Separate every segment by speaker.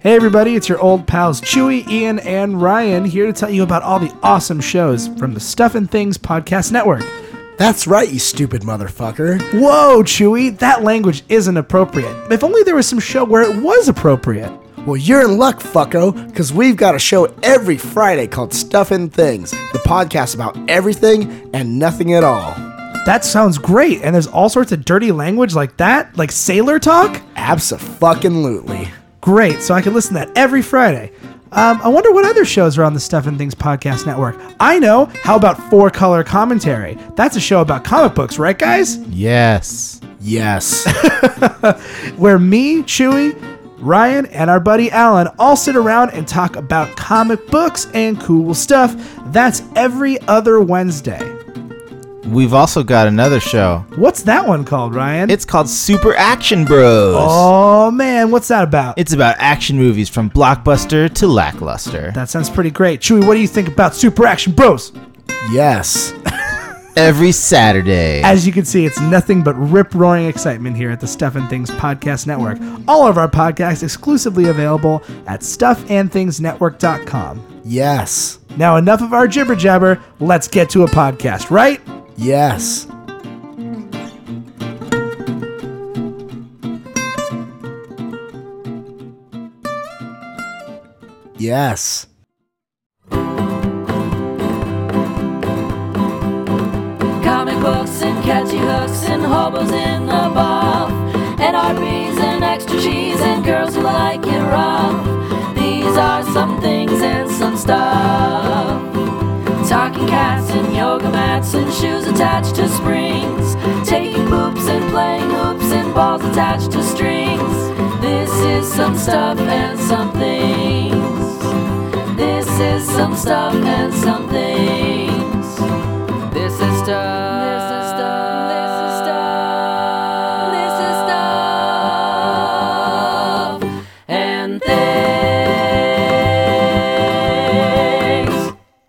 Speaker 1: Hey, everybody, it's your old pals Chewy, Ian, and Ryan here to tell you about all the awesome shows from the Stuff and Things Podcast Network.
Speaker 2: That's right, you stupid motherfucker.
Speaker 1: Whoa, Chewy, that language isn't appropriate. If only there was some show where it was appropriate.
Speaker 2: Well, you're in luck, fucko, because we've got a show every Friday called Stuffin' Things, the podcast about everything and nothing at all.
Speaker 1: That sounds great, and there's all sorts of dirty language like that, like sailor talk?
Speaker 2: Abso-fucking-lutely.
Speaker 1: Great, so I can listen to that every Friday. Um, I wonder what other shows are on the Stuff and Things Podcast Network. I know, how about Four Color Commentary? That's a show about comic books, right, guys?
Speaker 3: Yes.
Speaker 2: Yes.
Speaker 1: where me, Chewy, Ryan, and our buddy Alan all sit around and talk about comic books and cool stuff. That's every other Wednesday.
Speaker 3: We've also got another show.
Speaker 1: What's that one called, Ryan?
Speaker 3: It's called Super Action Bros.
Speaker 1: oh man, what's that about?
Speaker 3: It's about action movies from blockbuster to lackluster.
Speaker 1: that sounds pretty great. Chewy, what do you think about Super Action Bros?
Speaker 2: yes.
Speaker 3: Every Saturday.
Speaker 1: As you can see, it's nothing but rip roaring excitement here at the Stuff and Things Podcast Network. All of our podcasts exclusively available at stuffandthingsnetwork.com.
Speaker 2: Yes.
Speaker 1: Now, enough of our jibber jabber. Let's get to a podcast, right?
Speaker 2: Yes. Yes.
Speaker 4: Comic books and catchy hooks and hobos in the buff. And RBs and extra cheese and girls who like it rough. These are some things and some stuff. Talking cats and yoga mats and shoes attached to springs. Taking poops and playing hoops and balls attached to strings. This is some stuff and some things. This is some stuff and some things. This is stuff. This is stuff. This is stuff. And things.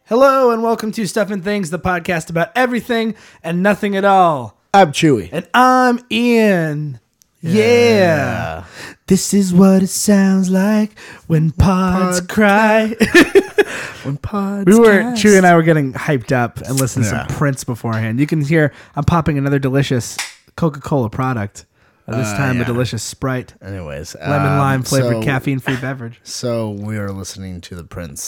Speaker 1: Hello, and welcome to Stuff and Things, the podcast about everything and nothing at all.
Speaker 2: I'm Chewy.
Speaker 1: And I'm Ian. Yeah. This is what it sounds like when pods cry. we were, Chewy and I were getting hyped up and listening to some Prince beforehand. You can hear I'm popping another delicious Coca Cola product. Uh, This time a delicious Sprite,
Speaker 2: Anyways,
Speaker 1: lemon
Speaker 2: um,
Speaker 1: lime flavored
Speaker 2: so-
Speaker 1: caffeine free beverage.
Speaker 2: So we are listening to the Prince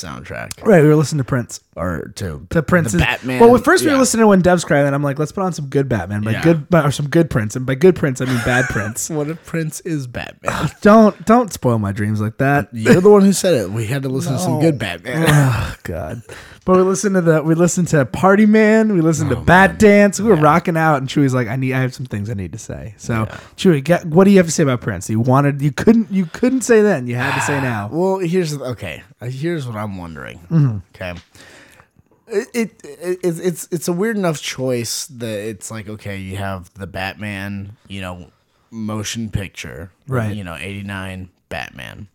Speaker 2: soundtrack,
Speaker 1: Right, we were listening to Prince.
Speaker 2: or to
Speaker 1: The Prince is
Speaker 2: Batman.
Speaker 1: Well, at first we were
Speaker 2: Yeah.
Speaker 1: listening to When Doves Cry, and then I'm like, let's put on some good Batman, by
Speaker 2: Yeah.
Speaker 1: good by, or some good Prince, and by good Prince I mean bad Prince.
Speaker 2: What if Prince is Batman?
Speaker 1: don't don't spoil my dreams like that.
Speaker 2: You're the one who said it. We had to listen to some good Batman.
Speaker 1: Oh God! But we listened to the we listened to Party Man, we listened
Speaker 2: Oh,
Speaker 1: to Bat Dance, we were rocking out, and Chewy's like, I need I have some things I need to say. So Chewy, get, what do you have to say about Prince? You wanted you couldn't you couldn't say then, you had to say now.
Speaker 2: well, here's the, okay. Uh, Here's what I'm wondering.
Speaker 1: Mm-hmm.
Speaker 2: Okay, it, it, it it's- it's it's a weird enough choice that it's like okay, you have the Batman, you know, motion picture,
Speaker 1: Right. Mm-hmm.
Speaker 2: You know, '89 Batman.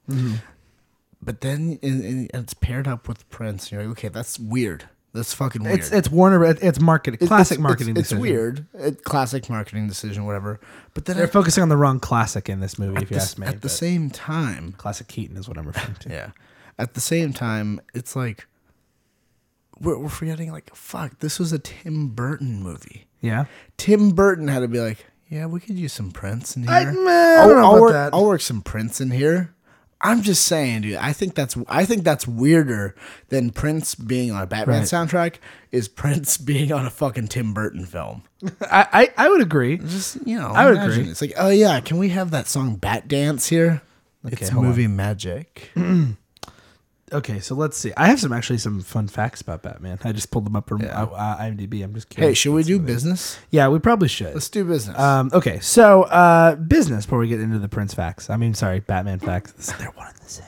Speaker 2: But then and- and it's paired up with Prince. And you're like, okay, that's weird. That's fucking weird.
Speaker 1: It's it's Warner it's marketing
Speaker 2: It-
Speaker 1: classic
Speaker 2: it's-
Speaker 1: marketing.
Speaker 2: It's, it's
Speaker 1: decision.
Speaker 2: weird. It, classic marketing decision, whatever. But then
Speaker 1: They're
Speaker 2: at,
Speaker 1: focusing on the wrong classic in this movie. if you
Speaker 2: the-
Speaker 1: ask me,
Speaker 2: at the
Speaker 1: but
Speaker 2: same time,
Speaker 1: classic Keaton is what I'm referring to.
Speaker 2: yeah. At the same time, it's like we're, we're forgetting. Like, fuck, this was a Tim Burton movie.
Speaker 1: Yeah.
Speaker 2: Tim Burton had to be like, yeah, we could use some Prince in here.
Speaker 1: I- meh, I don't know about
Speaker 2: work,
Speaker 1: that.
Speaker 2: I'll work some Prince in here. I'm just saying, dude. I think that's I think that's weirder than Prince being on a Batman
Speaker 1: Right.
Speaker 2: soundtrack. Is Prince being on a fucking Tim Burton film?
Speaker 1: I, I I would agree.
Speaker 2: Just you know,
Speaker 1: I would
Speaker 2: imagine.
Speaker 1: agree.
Speaker 2: It's like, oh yeah, can we have that song "Bat Dance" here? it's
Speaker 1: hold
Speaker 2: movie magic.
Speaker 1: Okay, so let's see. I have some actually some fun facts about Batman. I just pulled them up from uh, uh, IMDb. I'm just
Speaker 2: Hey,
Speaker 1: curious.
Speaker 2: should we do business?
Speaker 1: yeah, we probably should.
Speaker 2: Let's do business.
Speaker 1: Um, okay, so uh, business before we get into the Prince facts. I mean, sorry, Batman facts. This- They're one and the same.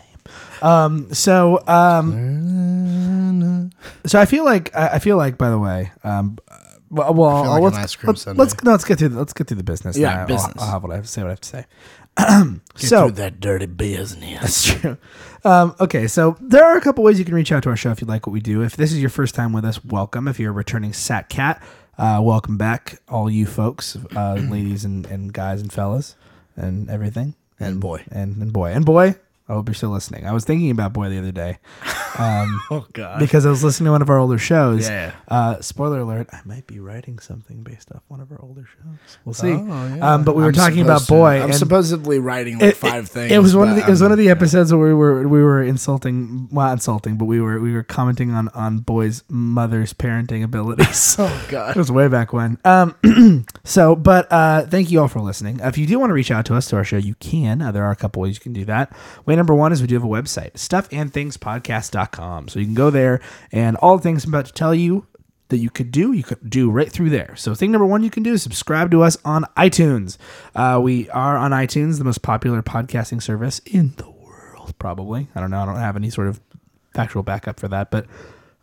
Speaker 1: Um, so, um, so I feel like I, I feel like. By the way, um, uh, well, well uh,
Speaker 2: feel like
Speaker 1: let's,
Speaker 2: an ice cream
Speaker 1: let's,
Speaker 2: sundae.
Speaker 1: let's no, let's get through the, let's get through the business.
Speaker 2: Yeah,
Speaker 1: and I'll-
Speaker 2: business.
Speaker 1: I'll, have what I have to say. What I have to say.
Speaker 2: Get
Speaker 1: so
Speaker 2: through that dirty business.
Speaker 1: that's true. Um, okay, so there are a couple ways you can reach out to our show if you like what we do. If this is your first time with us, welcome. If you're a returning Sat Cat, uh, welcome back, all you folks, uh, ladies and, and guys and fellas and everything.
Speaker 2: And boy.
Speaker 1: And, and boy. And boy. I hope you're still listening. I was thinking about Boy the other day
Speaker 2: Oh god.
Speaker 1: because I was listening to one of our older shows.
Speaker 2: Yeah.
Speaker 1: Uh, spoiler alert: I might be writing something based off one of our older shows. We'll see.
Speaker 2: Oh, yeah.
Speaker 1: um, but we were
Speaker 2: I'm
Speaker 1: talking about
Speaker 2: supposed to-
Speaker 1: Boy.
Speaker 2: I'm
Speaker 1: and-
Speaker 2: supposedly writing like five things.
Speaker 1: It was one of
Speaker 2: but
Speaker 1: the, it was
Speaker 2: I'm-
Speaker 1: one of the episodes where we were we were insulting, well, not insulting, but we were we were commenting on on boys' mother's parenting abilities.
Speaker 2: Oh
Speaker 1: it
Speaker 2: god.
Speaker 1: was way back when. Um, so, but uh, thank you all for listening. If you do want to reach out to us to our show, you can. Uh, there are a couple ways you can do that. Way number one is we do have a website, stuffandthingspodcast.com. So you can go there and all the things I'm about to tell you that you could do, you could do right through there. So thing number one you can do is subscribe to us on iTunes. Uh, we are on iTunes, the most popular podcasting service in the world, probably. I don't know. I don't have any sort of factual backup for that, but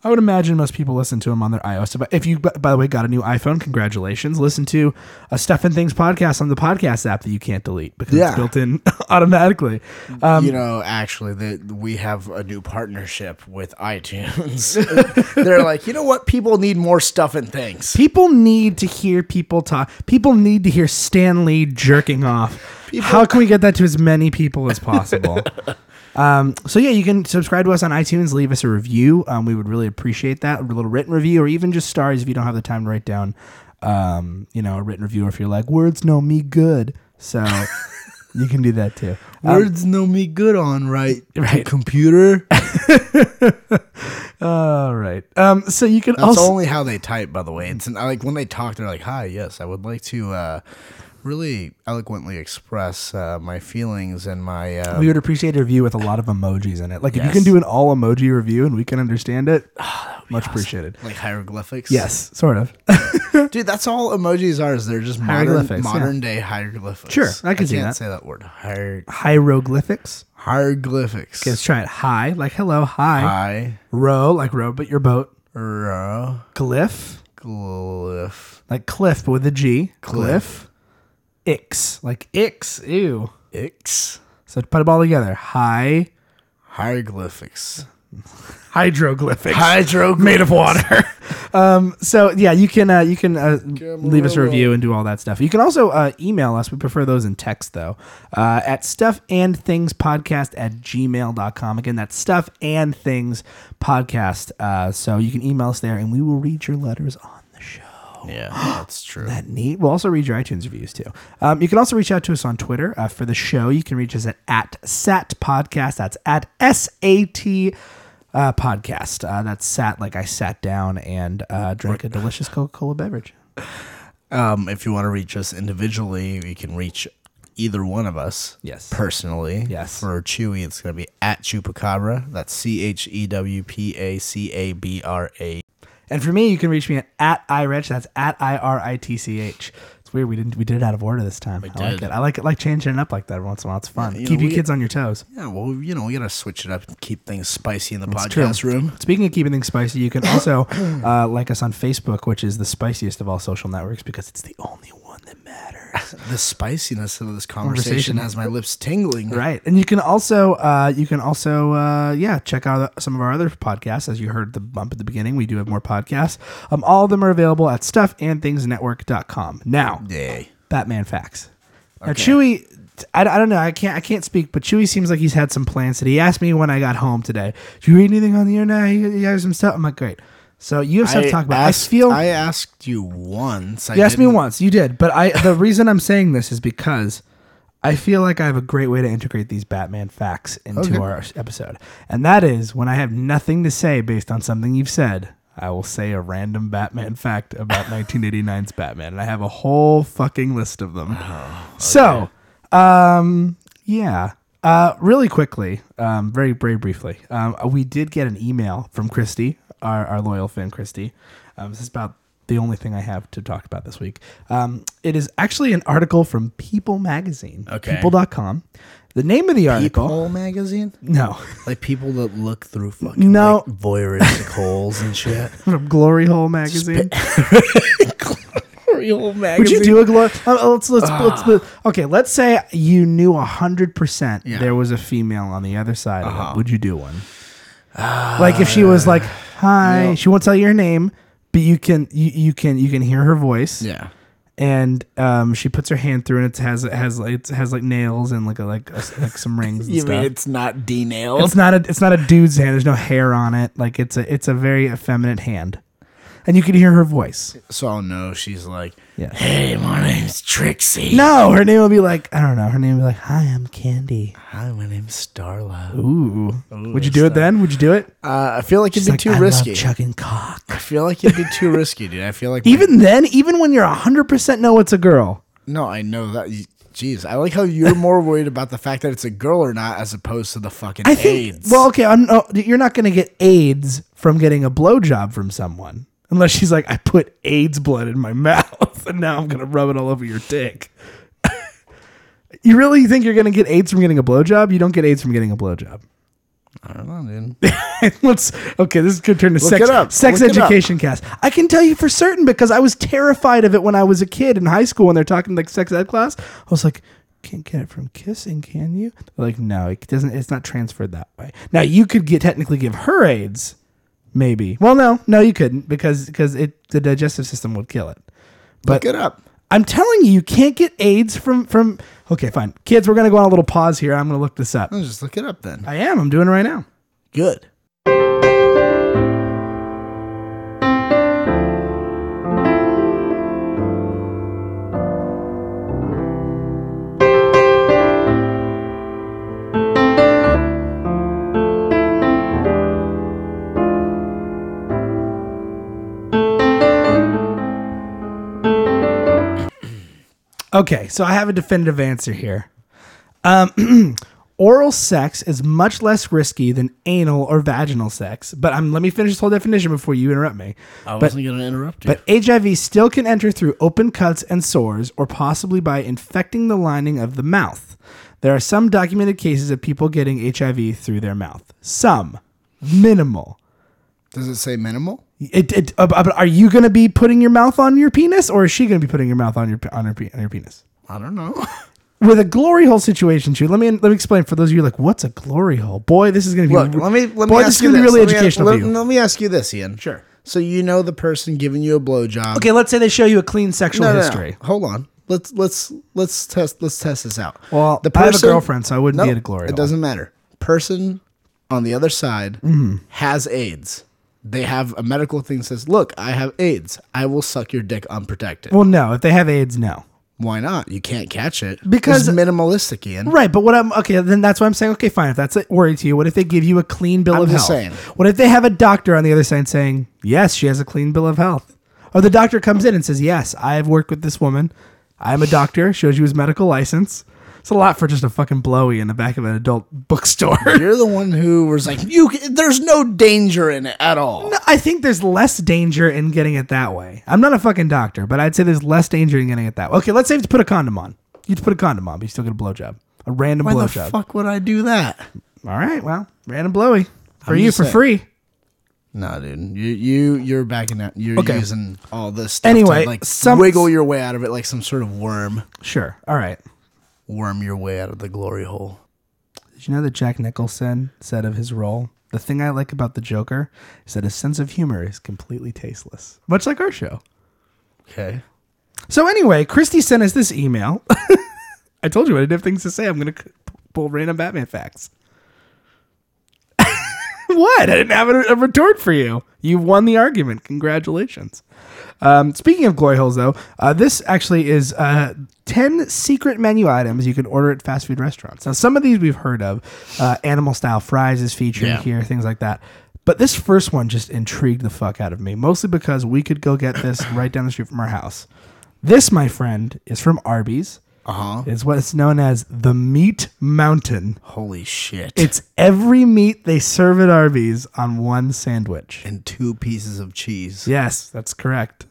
Speaker 1: I would imagine most people listen to them on their iOS device. If you, b- by the way, got a new iPhone, congratulations. Listen to a Stuff and Things podcast on the podcast app that you can't delete because it's
Speaker 2: Yeah.
Speaker 1: built in automatically. Um,
Speaker 2: you know, actually, that we have a new partnership with iTunes. They're like, you know what? People need more stuff and things.
Speaker 1: people need to hear people talk. People need to hear Stan Lee jerking off. How can we get that to as many people as possible? Um, so yeah, you can subscribe to us on iTunes, leave us a review. Um, we would really appreciate that. A little written review, or even just stars if you don't have the time to write down, um, you know, a written review. Or if you're like, words know me good, so you can do that too. Um,
Speaker 2: Words know me good on, right? Right. Computer. That's
Speaker 1: all right. Um, so you can also
Speaker 2: only how they type, by the way. It's an, I like when they talk, they're like, "Hi, yes, I would like to uh, really eloquently express uh, my feelings and my." Uh,
Speaker 1: we would appreciate a review with a lot of emojis in it. Like if you
Speaker 2: Yes.
Speaker 1: can do an all emoji review and we can understand it, much appreciated.
Speaker 2: like hieroglyphics.
Speaker 1: Yes, sort of.
Speaker 2: Dude, that's all emojis are. Is they're just
Speaker 1: Hieroglyphics, yeah.
Speaker 2: modern, modern day hieroglyphics.
Speaker 1: Sure, I can
Speaker 2: I
Speaker 1: see
Speaker 2: can't
Speaker 1: that.
Speaker 2: say that word. Hier-
Speaker 1: Hieroglyphics.
Speaker 2: hieroglyphics.
Speaker 1: Okay, let's try it. Hi, like hello. Hi.
Speaker 2: Hi.
Speaker 1: Row, like row, but your boat.
Speaker 2: Ro-
Speaker 1: Glyph,
Speaker 2: Glyph.
Speaker 1: like cliff, but with a G.
Speaker 2: Glyph.
Speaker 1: Ix, like ix. Ew.
Speaker 2: Ix.
Speaker 1: So put them all together. Hi.
Speaker 2: Hieroglyphics.
Speaker 1: Hydroglyphics.
Speaker 2: Hydro
Speaker 1: made of water. um, so yeah, you can uh, you can uh, leave us a review and do all that stuff. You can also uh, email us. We prefer those in text though. Uh, at stuff and things podcast at gmail.com. Again, that's stuff and things podcast. Uh, so you can email us there and we will read your letters on the show.
Speaker 2: Yeah, that's true.
Speaker 1: That neat. We'll also read your iTunes reviews too. Um, you can also reach out to us on Twitter uh, for the show. You can reach us at, at SAT Podcast. That's at S A T uh, Podcast. Uh, that's sat like I sat down and uh, drank a delicious Coca Cola beverage.
Speaker 2: Um, if you want to reach us individually, you can reach either one of us.
Speaker 1: Yes.
Speaker 2: Personally.
Speaker 1: Yes.
Speaker 2: For Chewy, it's going to be at Chupacabra. That's C H E W P A C A B R A.
Speaker 1: And for me, you can reach me at, at iRich. That's at I R I T C H. It's weird. We didn't. We did it out of order this time. I like
Speaker 2: did.
Speaker 1: it. I like it. Like changing it up like that every once in a while. It's fun.
Speaker 2: you know,
Speaker 1: Keep your
Speaker 2: we-
Speaker 1: kids on your toes.
Speaker 2: Yeah, well, you know, we got to switch it up and keep things spicy in the
Speaker 1: It's true.
Speaker 2: podcast room.
Speaker 1: Speaking of keeping things spicy, you can also uh, like us on Facebook, which is the spiciest of all social networks because it's the only one that matters.
Speaker 2: The spiciness of this
Speaker 1: Conversation.
Speaker 2: conversation has my lips tingling.
Speaker 1: right, and you can also uh, you can also uh, yeah check out some of our other podcasts. As you heard the bump at the beginning, we do have more podcasts. Um, all of them are available at stuffandthingsnetwork.com. Now,
Speaker 2: Yay.
Speaker 1: Batman facts. Now Chewy, I, I don't know. I can't I can't speak, but Chewy seems like he's had some plans today. He asked me when I got home today. Did you read anything on the internet? You, you have some stuff. I'm like, great. So you have stuff to talk about. I
Speaker 2: asked-
Speaker 1: feel
Speaker 2: I asked you once. I
Speaker 1: you asked me
Speaker 2: didn't-
Speaker 1: once. You did, but I the reason I'm saying this is because I feel like I have a great way to integrate these Batman facts into
Speaker 2: Okay.
Speaker 1: our episode, and that is when I have nothing to say based on something you've said. I will say a random Batman fact about 1989's Batman, and I have a whole fucking list of them. So, um, yeah. Uh, really quickly, um, very, very briefly, um, we did get an email from Christy, our, our loyal fan, Christy. Um, this is about the only thing I have to talk about this week. Um, it is actually an article from People Magazine,
Speaker 2: Okay.
Speaker 1: people.com. The name of the article.
Speaker 2: People magazine?
Speaker 1: No,
Speaker 2: Like people that look through fucking
Speaker 1: No.
Speaker 2: like, voyeuristic holes and shit.
Speaker 1: from Glory Hole Magazine.
Speaker 2: Real magazine.
Speaker 1: Would you do a glory? Uh, let's let's, let's, okay. Let's say you knew hundred percent
Speaker 2: Yeah. Uh-huh.
Speaker 1: there was a female on the other side. Of it. Would you do one? like if she
Speaker 2: Uh,
Speaker 1: was like, "Hi," she won't tell you her name, but you can you, you can you can hear her voice,
Speaker 2: Yeah.
Speaker 1: and um, she puts her hand through, and it has it has like it has like nails and like a, like a, like some rings. And
Speaker 2: You
Speaker 1: stuff.
Speaker 2: mean it's not D-nailed?
Speaker 1: It's not a it's not a dude's hand. There's no hair on it. Like it's a it's a very effeminate hand, and you can hear her voice.
Speaker 2: so I'll know she's like,
Speaker 1: Yeah.
Speaker 2: hey, my name's Trixie.
Speaker 1: No, her name will be like I don't know. Her name will be like Hi, I'm Candy.
Speaker 2: Hi, my name's Starla.
Speaker 1: Ooh, would you do it then? Would you do it?
Speaker 2: Uh, I feel like it'd
Speaker 1: She's
Speaker 2: be
Speaker 1: like,
Speaker 2: too
Speaker 1: "I love
Speaker 2: risky.
Speaker 1: chugging cock.
Speaker 2: I feel like it'd be too risky, dude. I feel like
Speaker 1: Even then, even when you're hundred percent know it's a girl.
Speaker 2: no, I know that. you- Jeez, I like how you're more worried about the fact that it's a girl or not as opposed to the fucking
Speaker 1: I think.
Speaker 2: AIDS.
Speaker 1: Well, okay, I'm, no, you're not going to get AIDS from getting a blowjob from someone unless she's like, I put AIDS blood in my mouth and now I'm going to rub it all over your dick. you really think you're going to get AIDS from getting a blowjob? You don't get AIDS from getting a blowjob.
Speaker 2: I don't know, dude.
Speaker 1: Let's okay. This could turn to sex
Speaker 2: it up.
Speaker 1: sex
Speaker 2: Look it up.
Speaker 1: education cast. I can tell you for certain because I was terrified of it when I was a kid in high school when they're talking like sex ed class. I was like, can't get it from kissing, can you? They're like, no, it doesn't. It's not transferred that way. Now you could get technically give her AIDS, maybe. Well, no, no, you couldn't because because it the digestive system would kill it. But
Speaker 2: Look it up.
Speaker 1: I'm telling you, you can't get AIDS from from. Okay, fine, kids. We're gonna go on a little pause here. I'm gonna look this up.
Speaker 2: No, just look it up then.
Speaker 1: I am. I'm doing it right now.
Speaker 2: Good.
Speaker 1: Okay, so I have a definitive answer here. Um, oral sex is much less risky than anal or vaginal sex, but I'm, let me finish this whole definition before you interrupt me.
Speaker 2: I
Speaker 1: but,
Speaker 2: wasn't going to interrupt you.
Speaker 1: but HIV still can enter through open cuts and sores, or possibly by infecting the lining of the mouth. There are some documented cases of people getting HIV through their mouth. Some, minimal.
Speaker 2: Does it say minimal?
Speaker 1: It, it, uh, but are you going to be putting your mouth on your penis, or is she going to be putting your mouth on your on her, pe- on your penis?
Speaker 2: I don't know.
Speaker 1: with a glory hole situation too. Let me let me explain for those of you like, what's a glory hole? Boy, this is gonna be
Speaker 2: Look, let me let
Speaker 1: boy,
Speaker 2: me
Speaker 1: this
Speaker 2: ask
Speaker 1: is
Speaker 2: you
Speaker 1: gonna
Speaker 2: this.
Speaker 1: be really
Speaker 2: let me,
Speaker 1: educational
Speaker 2: let,
Speaker 1: for you.
Speaker 2: let me ask you this, Ian.
Speaker 1: Sure.
Speaker 2: So you know the person giving you a blowjob.
Speaker 1: Okay, let's say they show you a clean sexual
Speaker 2: No, no, no.
Speaker 1: history.
Speaker 2: Hold on. Let's let's let's test let's test this out.
Speaker 1: Well, I have a girlfriend, so I wouldn't be at a glory hole.
Speaker 2: It doesn't matter. Person on the other side
Speaker 1: Mm-hmm.
Speaker 2: has AIDS. They have a medical thing that says, "Look, I have AIDS. I will suck your dick unprotected."
Speaker 1: Well, no, if they have AIDS, no.
Speaker 2: Why not? You can't catch it
Speaker 1: Because-
Speaker 2: it's minimalistic, Ian.
Speaker 1: Right, but what I'm okay, then that's why I'm saying, okay, fine, if that's a worry to you, what if they give you a clean bill
Speaker 2: I'm
Speaker 1: of health?
Speaker 2: just saying.
Speaker 1: What if they have a doctor on the other side saying, Yes, she has a clean bill of health? Or the doctor comes in and says, Yes, I have worked with this woman. I'm a doctor, shows you his medical license. It's a lot for just a fucking blowy in the back of an adult bookstore.
Speaker 2: You're the one who was like, "You. c- There's no danger in it at all."
Speaker 1: No, I think there's less danger in getting it that way. I'm not a fucking doctor, but I'd say there's less danger in getting it that way. Okay, let's say you have to put a condom on. You have to put a condom on, but you still get a blowjob. A random
Speaker 2: Why the
Speaker 1: blowjob. All
Speaker 2: fuck would I do that?
Speaker 1: right, well, random blowy. For
Speaker 2: I'm
Speaker 1: you,
Speaker 2: just
Speaker 1: for
Speaker 2: saying.
Speaker 1: free.
Speaker 2: No, dude, you you you're backing out. You're
Speaker 1: Okay.
Speaker 2: using all this stuff
Speaker 1: Anyway,
Speaker 2: to like
Speaker 1: some-
Speaker 2: wiggle your way out of it, like some sort of worm.
Speaker 1: Sure. All right.
Speaker 2: Worm your way out of the glory hole.
Speaker 1: Did you know that Jack Nicholson said of his role, the thing I like about the Joker is that his sense of humor is completely tasteless, much like our show.
Speaker 2: Okay.
Speaker 1: So anyway, Christy sent us this email. I told you I didn't have things to say. I'm going to pull random Batman facts. what? I didn't have a, a retort for you. You won the argument. Congratulations. Um, speaking of glory holes, though, uh, this actually is uh, 10 secret menu items you can order at fast food restaurants. Now, some of these we've heard of. Uh, animal style fries is featured
Speaker 2: Yeah.
Speaker 1: here, things like that. But this first one just intrigued the fuck out of me, mostly because we could go get this right down the street from our house. This, my friend, is from Arby's.
Speaker 2: Uh huh.
Speaker 1: It's what's known as the Meat Mountain.
Speaker 2: Holy shit!
Speaker 1: It's every meat they serve at Arby's on one sandwich.
Speaker 2: and two pieces of cheese.
Speaker 1: Yes, that's correct.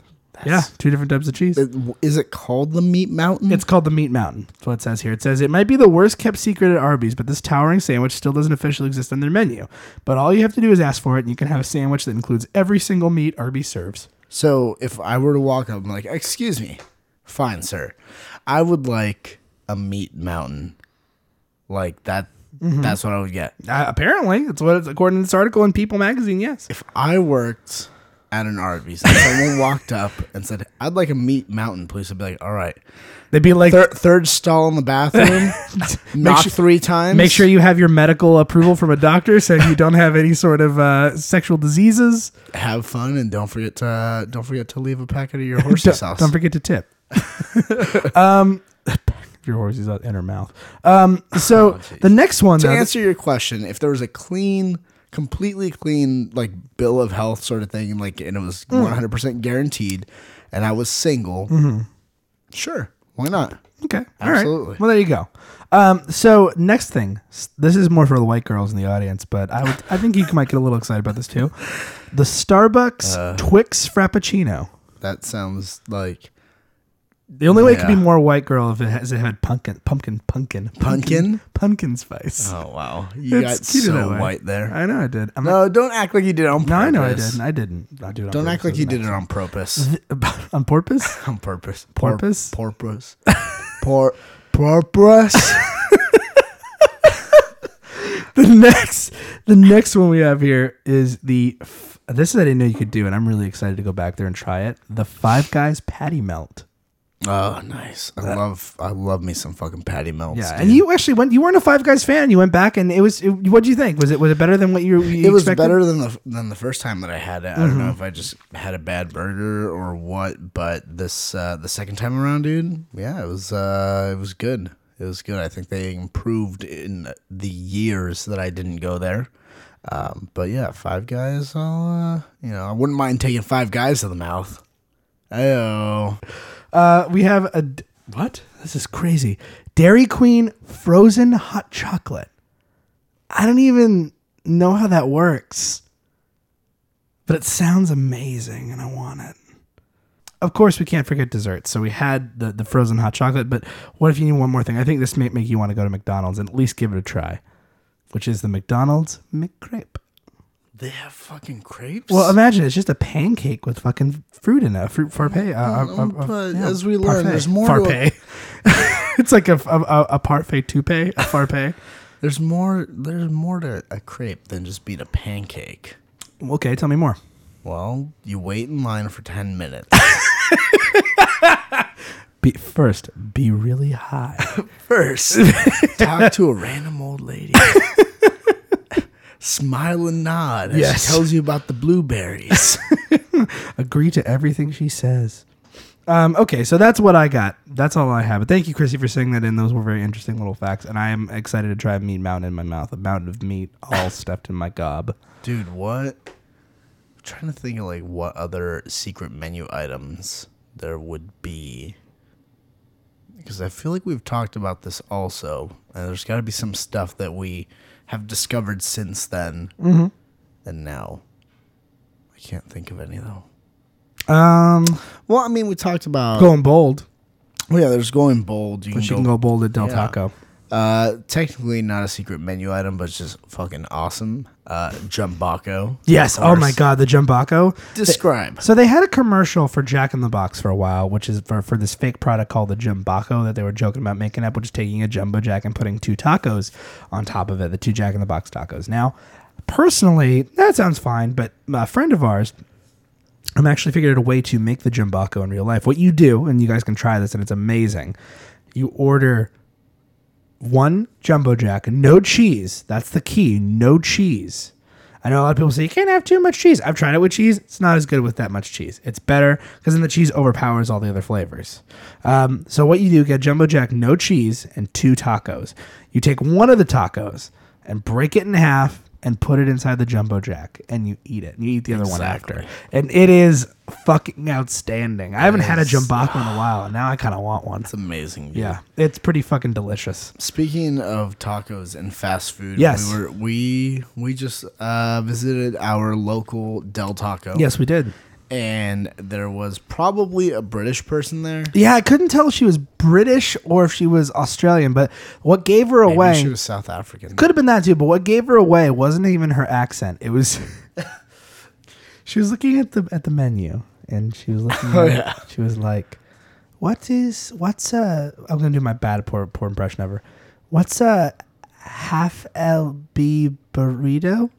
Speaker 1: yeah, two different types of cheese.
Speaker 2: It- w- Is it called the Meat Mountain?
Speaker 1: It's called the Meat Mountain. That's what it says here. It says it might be the worst kept secret at Arby's, but this towering sandwich still doesn't officially exist on their menu. But all you have to do is ask for it, and you can have a sandwich that includes every single meat Arby's serves.
Speaker 2: so if I were to walk up, I'm like, "Excuse me, fine, sir, I would like a Meat Mountain." Like that.
Speaker 1: Mm-hmm.
Speaker 2: That's what I would get.
Speaker 1: Uh, apparently, that's what it's according to this article in People Magazine. Yes.
Speaker 2: If I worked at an Arby's and someone walked up and said, I'd like a meat mountain, please, I'd be like, all right.
Speaker 1: They'd be like,
Speaker 2: Third, third stall in the bathroom, knock
Speaker 1: sure-
Speaker 2: three times.
Speaker 1: make sure you have your medical approval from a doctor saying you don't have any sort of uh, sexual diseases.
Speaker 2: have fun and don't forget to uh, don't forget to leave a packet of your horse's
Speaker 1: Don't,
Speaker 2: sauce.
Speaker 1: don't forget to tip. um, your horse is out in her mouth. Um, so the next one,
Speaker 2: Oh, to
Speaker 1: though,
Speaker 2: answer your question, if there was a clean, completely clean, like bill of health sort of thing, like and it was
Speaker 1: Mm.
Speaker 2: one hundred percent guaranteed, and I was single,
Speaker 1: Mm-hmm.
Speaker 2: sure, why not?
Speaker 1: Okay. all right.
Speaker 2: Absolutely.
Speaker 1: Well, there you go. Um, so next thing, s- this is more for the white girls in the audience, but I would, I think you might get a little excited about this too. The Starbucks
Speaker 2: Uh.
Speaker 1: Twix Frappuccino.
Speaker 2: That sounds like
Speaker 1: The only way it could be
Speaker 2: yeah.
Speaker 1: more white girl if it has it had pumpkin, pumpkin, pumpkin,
Speaker 2: Pumpkin?
Speaker 1: pumpkin spice.
Speaker 2: oh wow, you
Speaker 1: It's
Speaker 2: got
Speaker 1: cuter that
Speaker 2: so
Speaker 1: way.
Speaker 2: white there.
Speaker 1: I know I did. I'm no,
Speaker 2: No, don't act like you did it on.
Speaker 1: no, I know I
Speaker 2: purpose.
Speaker 1: didn't. I didn't. I do it on
Speaker 2: Don't act
Speaker 1: purpose,
Speaker 2: like you did
Speaker 1: doesn't
Speaker 2: it on purpose.
Speaker 1: matter. on purpose.
Speaker 2: on purpose.
Speaker 1: Porpoise?
Speaker 2: Porpoise. Por. Porpoise.
Speaker 1: the next the next one we have here is the f- this I didn't know you could do, and I'm really excited to go back there and try it. The Five Guys Patty Melt.
Speaker 2: Oh, nice. I love I love me some fucking patty melts.
Speaker 1: Uh, Yeah,
Speaker 2: dude.
Speaker 1: and you actually went. You weren't a Five Guys fan. You went back, and it was. It, what do you think? Was it was it better than what you? you
Speaker 2: it was
Speaker 1: expected? Mm-hmm.
Speaker 2: better than the than the first time that I had it. I don't know if I just had a bad burger or what, but this uh, the second time around, dude. Yeah, it was uh, it was good. It was good. I think they improved in the years that I didn't go there. Um, but yeah, Five Guys. I'll, uh, you know, I wouldn't mind taking Five Guys to the mouth. Oh,
Speaker 1: Uh, we have a d- what? This is crazy. Dairy Queen frozen hot chocolate. I don't even know how that works, but it sounds amazing, and I want it. Of course, we can't forget desserts. So we had the, the frozen hot chocolate, but what if you need one more thing? I think this may make you want to go to McDonald's and at least give it a try, which is the McDonald's McCrape.
Speaker 2: they have fucking crepes.
Speaker 1: Well, um, imagine it's just a pancake with fucking fruit in it, fruit parfait. Uh, uh, uh, uh,
Speaker 2: Mm-hmm. but
Speaker 1: yeah,
Speaker 2: as we learn,
Speaker 1: parfait.
Speaker 2: there's more to a-
Speaker 1: Farpay. it's like a a, a, a parfait toupee, a farpay.
Speaker 2: There's more. There's more to a crepe than just being a pancake.
Speaker 1: okay, tell me more.
Speaker 2: Well, you wait in line for ten minutes.
Speaker 1: Be, first, be really high.
Speaker 2: First, talk to a random old lady. Smile and nod as
Speaker 1: Yes.
Speaker 2: she tells you about the blueberries.
Speaker 1: Agree to everything she says. Um, okay, so that's what I got. That's all I have. But thank you, Chrissy, for saying that. And those were very interesting little facts. And I am excited to try a meat mountain in my mouth, a mountain of meat all stuffed in my gob.
Speaker 2: Dude, what? I'm trying to think of like what other secret menu items there would be. Because I feel like we've talked about this also, and there's got to be some stuff that we have discovered since then and now. I can't think of any though.
Speaker 1: Um,
Speaker 2: Well, I mean, we talked about.
Speaker 1: going bold,
Speaker 2: Well, Oh, yeah, there's going bold. You
Speaker 1: but you can go bold at Del
Speaker 2: Yeah.
Speaker 1: Taco.
Speaker 2: Uh, technically not a secret menu item, but it's just fucking awesome. Uh, Jumbaco.
Speaker 1: Yes.
Speaker 2: of
Speaker 1: Oh my
Speaker 2: course.
Speaker 1: God, the Jumbaco.
Speaker 2: Describe.
Speaker 1: So they had a commercial for Jack in the Box for a while, which is for, for this fake product called the Jumbaco that they were joking about making up, which is taking a jumbo jack and putting two tacos on top of it, the two Jack in the Box tacos. Now, personally, that sounds fine, but a friend of ours I'm actually figured out a way to make the Jumbaco in real life. What you do, and you guys can try this, and it's amazing. You order one jumbo jack, no cheese. That's the key. No cheese. I know a lot of people say you can't have too much cheese. I've tried it with cheese. It's not as good with that much cheese. It's better because then the cheese overpowers all the other flavors. Um, so what you do, get jumbo jack, no cheese, and two tacos. You take one of the tacos and break it in half and put it inside the jumbo jack, and you eat it. And you eat the other one
Speaker 2: Exactly.
Speaker 1: after, and it is fucking outstanding. I haven't had a jumbaco in a while, and now I kind of want one.
Speaker 2: It's amazing. dude.
Speaker 1: Yeah, it's pretty fucking delicious.
Speaker 2: Speaking of tacos and fast food,
Speaker 1: Yes.
Speaker 2: we were, we we just uh, visited our local Del Taco.
Speaker 1: Yes, we did.
Speaker 2: and there was probably a British person there.
Speaker 1: Yeah, I couldn't tell if she was British or if she was Australian, but what gave her
Speaker 2: Maybe
Speaker 1: away
Speaker 2: she was South African.
Speaker 1: could have been that too, but what gave her away wasn't even her accent. It was she was looking at the at the menu and she was looking at
Speaker 2: Oh,
Speaker 1: it,
Speaker 2: yeah.
Speaker 1: she was like, What is what's uh I'm gonna do my bad poor poor impression ever. What's a half LB burrito?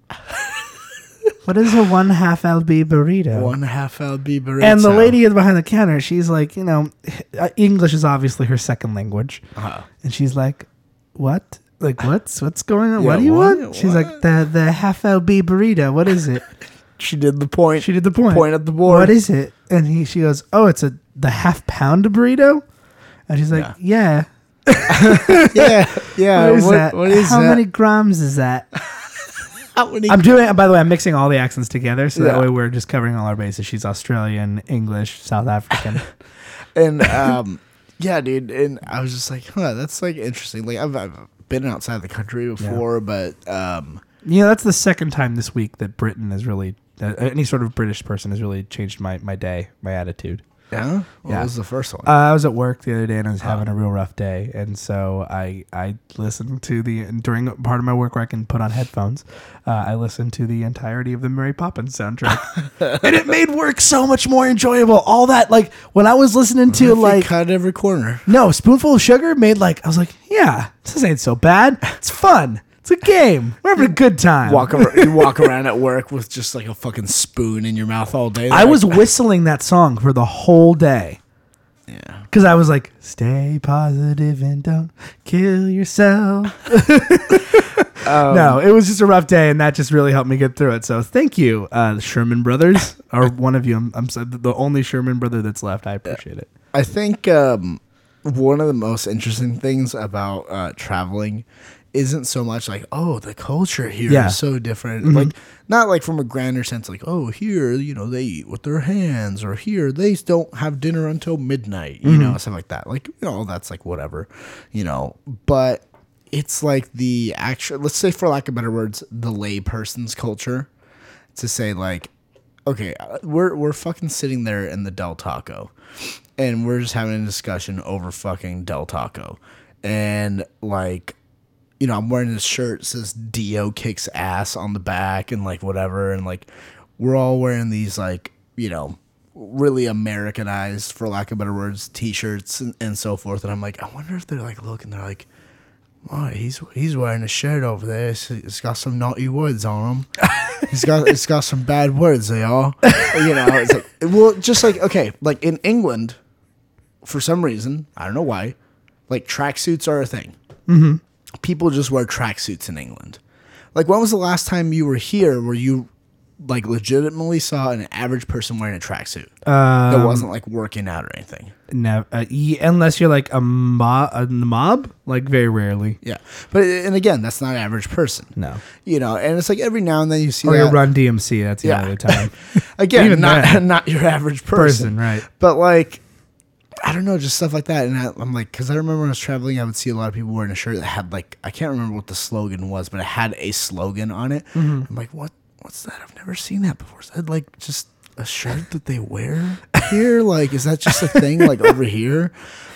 Speaker 1: What is a one half LB burrito?
Speaker 2: One half LB burrito.
Speaker 1: and the lady is behind the counter. She's like, you know, uh, English is obviously her second language,
Speaker 2: Uh-huh.
Speaker 1: and she's like, "What? Like what's what's going on? what
Speaker 2: Yeah,
Speaker 1: do you
Speaker 2: what?
Speaker 1: want?" She's like, "The the half LB burrito. What is it?"
Speaker 2: She did the point.
Speaker 1: She did the point.
Speaker 2: Point at the board.
Speaker 1: What is it? And he she goes, "Oh, it's a the half pound burrito," and she's like, "Yeah."
Speaker 2: yeah, yeah.
Speaker 1: what is
Speaker 2: what-
Speaker 1: that?
Speaker 2: What is
Speaker 1: How
Speaker 2: that?
Speaker 1: many grams is that?
Speaker 2: How many?
Speaker 1: I'm doing. By the way, I'm mixing all the accents together, so that
Speaker 2: Yeah.
Speaker 1: way we're just covering all our bases. She's Australian, English, South African.
Speaker 2: and um, yeah, dude. And I was just like, huh, that's like interesting. Like I've, I've been outside the country before, but um,
Speaker 1: You know, that's the second time this week that Britain has really, uh, any sort of British person has really changed my, my day, my attitude.
Speaker 2: yeah. What
Speaker 1: Yeah.
Speaker 2: was the first one?
Speaker 1: Uh, I was at work the other day and I was having a real rough day, and so I I listened to the during part of my work where I can put on headphones. Uh, I listened to the entirety of the Mary Poppins soundtrack, and it made work so much more enjoyable. All that like when I was listening to
Speaker 2: They
Speaker 1: like
Speaker 2: cut every corner.
Speaker 1: no spoonful of sugar made like I was like yeah this ain't so bad. It's fun. It's a game. We're having a good time.
Speaker 2: Walk around, you walk around at work with just like a fucking spoon in your mouth all day.
Speaker 1: I
Speaker 2: Like,
Speaker 1: was whistling that song for the whole day. Yeah. Because I was like, stay positive and don't kill yourself. no, it was just a rough day, and that just really helped me get through it. So thank you, uh, the Sherman Brothers, or one of you. I'm, I'm so- the only Sherman brother that's left. I appreciate it.
Speaker 2: I think um, one of the most interesting things about uh, traveling isn't so much like oh the culture here is
Speaker 1: Yeah.
Speaker 2: so different like not like from a grander sense like oh here you know they eat with their hands or here they don't have dinner until midnight you know stuff like that like you know that's like whatever you know but it's like the actual let's say for lack of better words the layperson's culture to say like okay uh, we're we're fucking sitting there in the del taco and we're just having a discussion over fucking del taco and like you know i'm wearing this shirt that says dio kicks ass on the back and like whatever and like we're all wearing these like you know really americanized for lack of better words t-shirts and, and so forth and i'm like i wonder if they're like looking they're like Oh, he's he's wearing a shirt over there. It's, it's got some naughty words on him. It's got it's got some bad words. They are, you know. It's like well, just like okay, like in England, for some reason I don't know why, like tracksuits are a thing. Mm-hmm. People just wear tracksuits in England. Like when was the last time you were here where you like legitimately saw an average person wearing a tracksuit that wasn't like working out or anything?
Speaker 1: No, uh, ye- unless you're like a, mo- a mob, like very rarely.
Speaker 2: Yeah, but and again, that's not an average person.
Speaker 1: No. Oh,
Speaker 2: you know, and it's like every now and then you see
Speaker 1: Or you
Speaker 2: that.
Speaker 1: run DMC. That's the
Speaker 2: Yeah.
Speaker 1: only time.
Speaker 2: again
Speaker 1: Even
Speaker 2: not
Speaker 1: that.
Speaker 2: not your average
Speaker 1: Person,
Speaker 2: person,
Speaker 1: right.
Speaker 2: but like i don't know just stuff like that and I, i'm like because i remember when i was traveling i would see a lot of people wearing a shirt that had like i can't remember what the slogan was but it had a slogan on it i'm like what what's that i've never seen that before is that like just a shirt that they wear here like is that just a thing like over here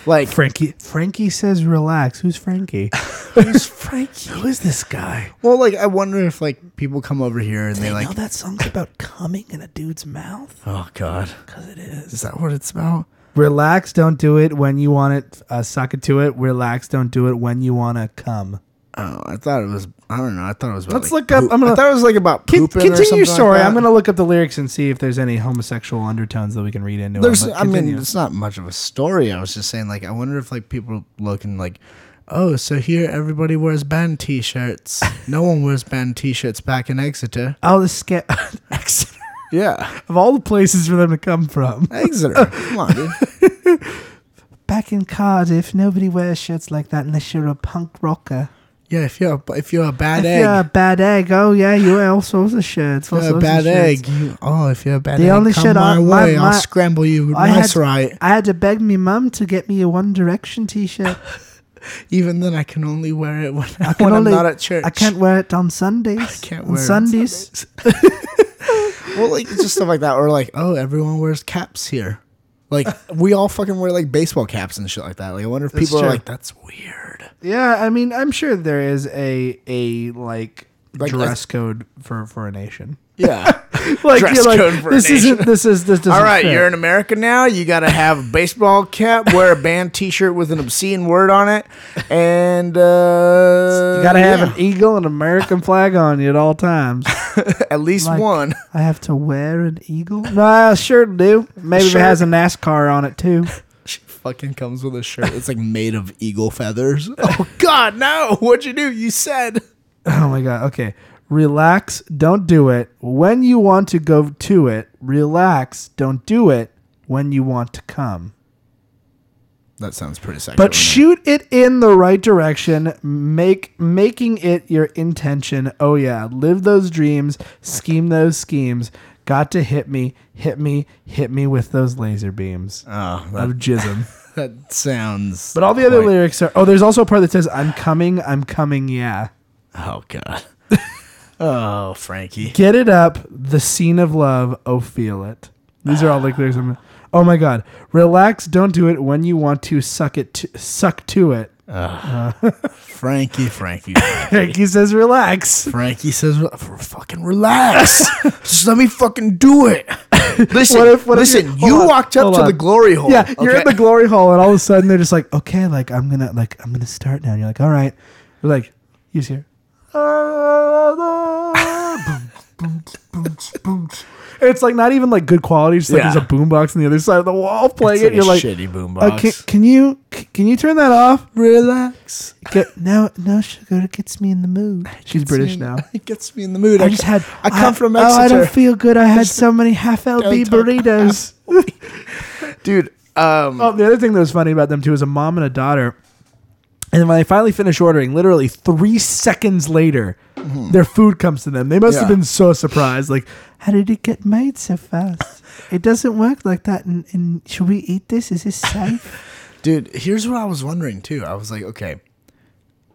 Speaker 2: like
Speaker 1: Frankie Frankie says relax. Who's Frankie?
Speaker 2: who's frankie
Speaker 1: Who is this guy?
Speaker 2: well like i wonder if like people come over here and they
Speaker 1: You
Speaker 2: like
Speaker 1: know that song's about coming in a dude's mouth?
Speaker 2: oh god because it is is that what it's about
Speaker 1: Relax, don't do it when you want it. Uh, suck it to it. Relax, don't do it when you want to come.
Speaker 2: Oh, I thought it was. I don't know. I thought it was. About
Speaker 1: Let's look up-
Speaker 2: poop.
Speaker 1: I'm gonna-
Speaker 2: I thought it was like about pooping. or
Speaker 1: continue your
Speaker 2: something like
Speaker 1: story.
Speaker 2: that.
Speaker 1: I'm going to look up the lyrics and see if there's any homosexual undertones that we can read into it,
Speaker 2: There's.
Speaker 1: but
Speaker 2: I mean,
Speaker 1: continue.
Speaker 2: it's not much of a story. I was just saying, like, I wonder if like people looking like, oh, so here everybody wears band T-shirts. no one wears band T-shirts back in Exeter.
Speaker 1: oh, the sca-
Speaker 2: Yeah,
Speaker 1: of all the places for them to come from.
Speaker 2: Exeter. Come on, dude.
Speaker 1: Back in Cardiff, nobody wears shirts like that unless you're a punk rocker.
Speaker 2: Yeah, if you're a, if you're a bad
Speaker 1: If
Speaker 2: egg,
Speaker 1: you're a bad egg, oh yeah, you wear all sorts of shirts. all
Speaker 2: if you're a
Speaker 1: sorts of
Speaker 2: bad
Speaker 1: shirts.
Speaker 2: egg. You, oh, if you're a bad
Speaker 1: The
Speaker 2: egg,
Speaker 1: only
Speaker 2: come
Speaker 1: shit
Speaker 2: my
Speaker 1: I- my-
Speaker 2: way,
Speaker 1: my-
Speaker 2: I'll scramble you.
Speaker 1: I
Speaker 2: nice
Speaker 1: had,
Speaker 2: right.
Speaker 1: I had to beg my mum to get me a One Direction T-shirt.
Speaker 2: Even then, I can only wear it when, I
Speaker 1: can
Speaker 2: when
Speaker 1: only-
Speaker 2: I'm not at church.
Speaker 1: I can't wear it on Sundays.
Speaker 2: can't
Speaker 1: on
Speaker 2: wear it on
Speaker 1: Sundays.
Speaker 2: Well, like just stuff like that, or like, oh, everyone wears caps here. Like we all fucking wear like baseball caps and shit like that. Like I wonder if people
Speaker 1: true.
Speaker 2: are like, that's weird.
Speaker 1: yeah, I mean, I'm sure there is a a like,
Speaker 2: Like,
Speaker 1: dress code for for a nation.
Speaker 2: Yeah.
Speaker 1: Like,
Speaker 2: Dress
Speaker 1: you're like,
Speaker 2: code for a
Speaker 1: this isn't
Speaker 2: nation.
Speaker 1: this is this doesn't.
Speaker 2: all right,
Speaker 1: fit.
Speaker 2: you're in America now. You gotta have a baseball cap, wear a band T-shirt with an obscene word on it, and uh,
Speaker 1: You gotta have
Speaker 2: yeah.
Speaker 1: an eagle and American flag on you at all times.
Speaker 2: At least
Speaker 1: Like-
Speaker 2: one.
Speaker 1: I have to wear an eagle? Nah, sure do. Maybe
Speaker 2: Sure.
Speaker 1: it has a NASCAR on it too.
Speaker 2: She fucking comes with a shirt. It's like made of eagle feathers. Oh God, no! What'd you do? You said.
Speaker 1: Oh my god. Okay. Relax, don't do it. When you want to go to it, relax, don't do it when you want to come.
Speaker 2: That sounds pretty sexual.
Speaker 1: But shoot it in the right direction, make making it your intention. Oh yeah, live those dreams, scheme those schemes. Got to hit me, hit me, hit me with those laser beams
Speaker 2: oh,
Speaker 1: of
Speaker 2: that,
Speaker 1: jism.
Speaker 2: that sounds.
Speaker 1: But all the other
Speaker 2: quite-
Speaker 1: lyrics are Oh, there's also a part that says I'm coming, I'm coming, yeah.
Speaker 2: Oh God. oh Frankie.
Speaker 1: Get it up, the scene of love, oh feel it. These are all like lyrics. I'm- Oh my god. Relax, don't do it when you want to suck it to, suck to it.
Speaker 2: Frankie. Frankie. Frankie.
Speaker 1: He says relax.
Speaker 2: Frankie says, "Re- "Fucking relax. Just let me fucking do it." Listen,
Speaker 1: What if- what if
Speaker 2: listen.
Speaker 1: you're- hold
Speaker 2: you
Speaker 1: on,
Speaker 2: walked up
Speaker 1: hold
Speaker 2: to the
Speaker 1: on.
Speaker 2: glory hole.
Speaker 1: Yeah, you're in
Speaker 2: okay?
Speaker 1: the glory hall and all of a sudden they're just like, "Okay, like I'm going to like I'm going to start now." And you're like, "All right." You're like, "He's here." It's like not even like good quality, just like
Speaker 2: Yeah.
Speaker 1: there's a boombox on the other side of the wall playing
Speaker 2: It's
Speaker 1: it. You're like,
Speaker 2: a shitty boombox.
Speaker 1: uh, can, can you c- can you turn that off?
Speaker 2: relax.
Speaker 1: Get, now, now sugar gets me in the mood. She's British now.
Speaker 2: It gets me in the mood.
Speaker 1: I just had.
Speaker 2: I come from
Speaker 1: Oh, I
Speaker 2: Exeter.
Speaker 1: don't feel good. I had so many half LB
Speaker 2: Don't talk-
Speaker 1: burritos.
Speaker 2: dude. Um,
Speaker 1: Oh, the other thing that was funny about them too is a mom and a daughter. And when they finally finish ordering, literally three seconds later, their food comes to them. They must have
Speaker 2: Yeah.
Speaker 1: been so surprised. Like, how did it get made so fast? it doesn't work like that. And, and should we eat this? Is this safe?
Speaker 2: dude, here's what I was wondering too. I was like, okay,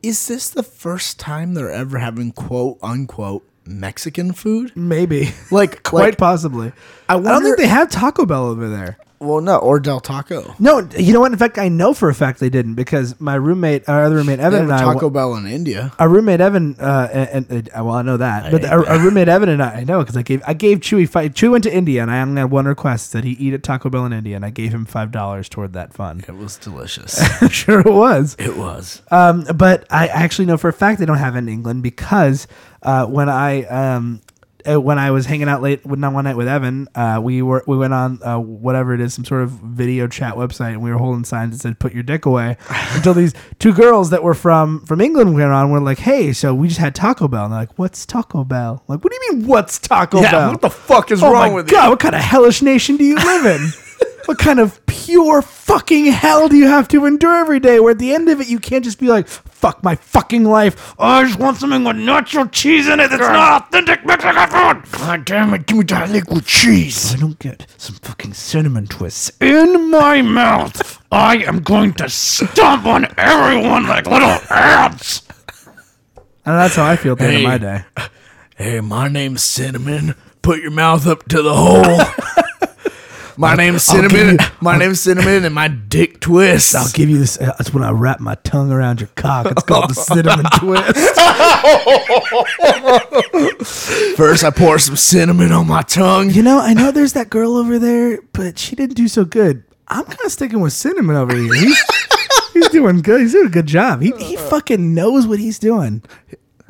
Speaker 2: is this the first time they're ever having quote unquote Mexican food?
Speaker 1: Maybe.
Speaker 2: Like,
Speaker 1: Quite
Speaker 2: like-
Speaker 1: possibly. I
Speaker 2: I
Speaker 1: don't
Speaker 2: wonder-
Speaker 1: think they have Taco Bell over there.
Speaker 2: Well, no, or Del Taco.
Speaker 1: No, you know what? In fact, I know for a fact they didn't because my roommate, our other roommate
Speaker 2: They
Speaker 1: Evan,
Speaker 2: have
Speaker 1: and
Speaker 2: a
Speaker 1: I,
Speaker 2: Taco Bell in India.
Speaker 1: our roommate Evan, uh, and, and uh, well, I know that, but
Speaker 2: hate
Speaker 1: our, our roommate Evan and I, I know because I gave I gave Chewy five. Chewy went to India, and I only had one request that he eat at Taco Bell in India, and I gave him five dollars toward that fund.
Speaker 2: It was delicious.
Speaker 1: I'm sure it was.
Speaker 2: it was.
Speaker 1: Um, but I actually know for a fact they don't have it in England because uh, when I um, uh, when I was hanging out late when- not one night with Evan, uh, we were we went on uh, whatever it is, some sort of video chat website, and we were holding signs that said "Put your dick away." until these two girls that were from from England went on were like, "Hey, so we just had Taco Bell," and they're like, "What's Taco Bell?" I'm like, what do you mean, what's Taco Bell?
Speaker 2: fuck is
Speaker 1: oh my god, what kind of hellish nation do you live in? what kind of pure fucking hell do you have to endure every day? Where at the end of it, you can't just be like, "Fuck my fucking life." Oh, I just want something with nacho cheese in it. That's not authentic Mexican food.
Speaker 2: God damn it! Give me that liquid cheese.
Speaker 1: I don't get some fucking cinnamon twists in my mouth. I am going to stomp on everyone like little ants. And that's how I feel at the end of my
Speaker 2: Hey.
Speaker 1: day.
Speaker 2: Hey, my name's Cinnamon. Put your mouth up to the hole. my name's Cinnamon. My name's Cinnamon, and my dick twists.
Speaker 1: I'll give you this. uh, That's when I wrap my tongue around your cock. It's called the cinnamon twist.
Speaker 2: First, I pour some cinnamon on my tongue.
Speaker 1: You know, I know there's that girl over there, but she didn't do so good. I'm kind of sticking with Cinnamon over here. He's, he's doing good. He's doing a good job. He, he fucking knows what he's doing.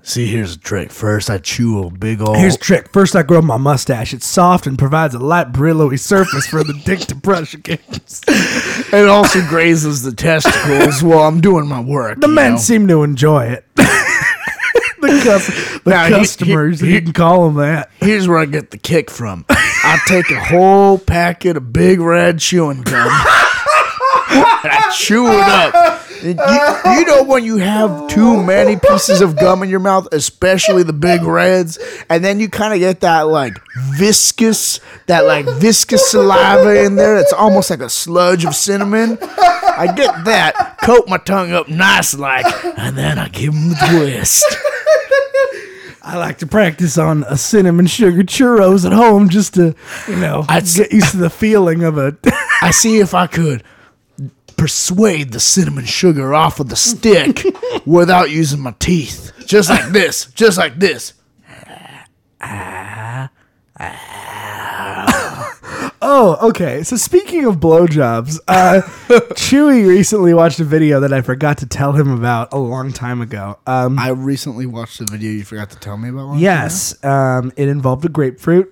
Speaker 2: See, here's the trick. First, I chew a big old.
Speaker 1: Here's the trick. First, I grow my mustache. It's soft and provides a light, brillowy surface for the dick to brush against.
Speaker 2: it also grazes the testicles while I'm doing my work.
Speaker 1: The
Speaker 2: you
Speaker 1: men
Speaker 2: know?
Speaker 1: seem to enjoy it. the cus- the
Speaker 2: Now, he- he-
Speaker 1: customers,
Speaker 2: he-
Speaker 1: you can call them that.
Speaker 2: Here's where I get the kick from. I take a whole packet of big red chewing gum and I chew it up. And You, you know when you have too many pieces of gum in your mouth, especially the big reds, and then you kind of get that like viscous, that like viscous saliva in there. It's almost like a sludge of cinnamon. I get that, coat my tongue up nice like, and then I give them the twist.
Speaker 1: I like to practice on a cinnamon sugar churros at home just to, you know,
Speaker 2: I'd s-
Speaker 1: get used to the feeling of a.
Speaker 2: I see if I could persuade the cinnamon sugar off of the stick without using my teeth. Just like this. Just like this.
Speaker 1: Oh, okay. So speaking of blowjobs, uh, Chewy recently watched a video that I forgot to tell him about a long time ago. Um,
Speaker 2: I recently watched the video you forgot to tell me about. One
Speaker 1: yes, um, it involved a grapefruit.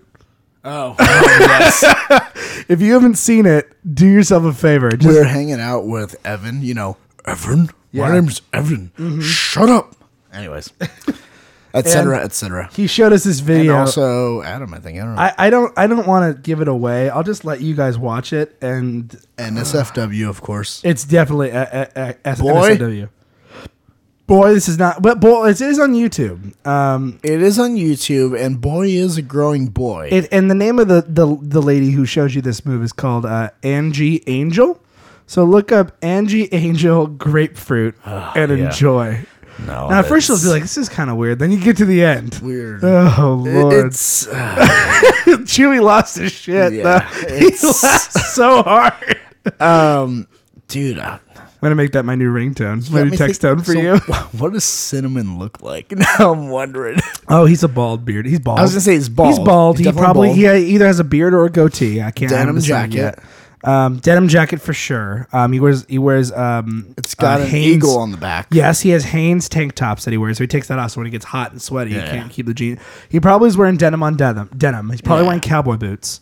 Speaker 2: Oh, yes.
Speaker 1: If you haven't seen it, do yourself a favor. Just,
Speaker 2: we were hanging out with Evan. You know, Evan.
Speaker 1: Yeah. Mm-hmm.
Speaker 2: My name's Evan. Shut up. Anyways, etc. etc.
Speaker 1: he showed us this
Speaker 2: And
Speaker 1: video.
Speaker 2: also Adam, I think. I don't know.
Speaker 1: I, I don't I don't want to give it away. I'll just let you guys watch it, and
Speaker 2: and SFW, of course.
Speaker 1: it's definitely a, a, a, a
Speaker 2: Boy.
Speaker 1: SNW. Boy, this is not. But boy, it is on YouTube. Um,
Speaker 2: It is on YouTube, and boy is a growing boy.
Speaker 1: it, and the name of the, the the lady who shows you this move is called uh, Angie Angel. So look up Angie Angel grapefruit and
Speaker 2: Ah, yeah.
Speaker 1: enjoy.
Speaker 2: no,
Speaker 1: now at first you'll be like, "This is kind of weird." Then you get to the end.
Speaker 2: weird.
Speaker 1: Oh
Speaker 2: It-
Speaker 1: lord,
Speaker 2: It's
Speaker 1: Chewy lost his shit.
Speaker 2: Yeah,
Speaker 1: though. He
Speaker 2: it's-
Speaker 1: laughed so hard.
Speaker 2: um, dude. Uh,
Speaker 1: I'm gonna make that my new ringtone.
Speaker 2: let
Speaker 1: My new
Speaker 2: me
Speaker 1: text tone
Speaker 2: think.
Speaker 1: for
Speaker 2: So,
Speaker 1: you.
Speaker 2: What does cinnamon look like? Now I'm wondering.
Speaker 1: Oh, he's a bald beard. He's bald.
Speaker 2: I was gonna say he's bald.
Speaker 1: He's bald.
Speaker 2: He's
Speaker 1: he
Speaker 2: definitely
Speaker 1: probably
Speaker 2: bald.
Speaker 1: he either has a beard or a goatee. I can't
Speaker 2: Denim
Speaker 1: 100%
Speaker 2: jacket.
Speaker 1: yet. Um, denim jacket for sure. Um, he wears he wears um,
Speaker 2: It's got
Speaker 1: uh,
Speaker 2: an
Speaker 1: Hanes-
Speaker 2: eagle on the back.
Speaker 1: Yes, he has Hanes tank tops that he wears. So he takes that off. So when he gets hot and sweaty,
Speaker 2: Yeah.
Speaker 1: he can't keep the jeans. He probably is wearing denim on denim. Denim. He's probably
Speaker 2: Yeah.
Speaker 1: wearing cowboy boots.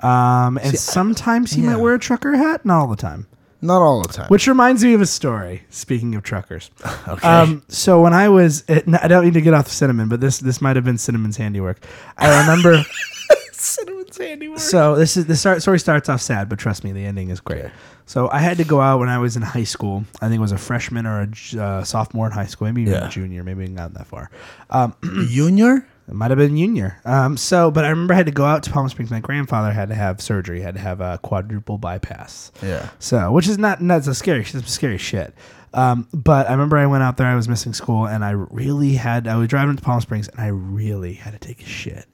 Speaker 1: Um, and sometimes he might wear a trucker hat. Not all the time.
Speaker 2: Not all the time.
Speaker 1: Which reminds me of a story. Speaking of truckers,
Speaker 2: Okay.
Speaker 1: Um, so when I was, at, I don't need to get off the cinnamon, but this this might have been cinnamon's handiwork. I remember.
Speaker 2: cinnamon's handiwork.
Speaker 1: so this is the start, story starts off sad, but trust me, the ending is great. So I had to go out when I was in high school. I think it was a freshman or a j- uh, sophomore in high school, maybe even
Speaker 2: Yeah.
Speaker 1: a junior, maybe not that far.
Speaker 2: Junior?
Speaker 1: It might have been junior. Um, so, but I remember I had to go out to Palm Springs. My grandfather had to have surgery, had to have a quadruple bypass.
Speaker 2: Yeah.
Speaker 1: So, which is not that's a scary, some scary shit. Um, but I remember I went out there. I was missing school, and I really had. I was driving to Palm Springs, and I really had to take a shit,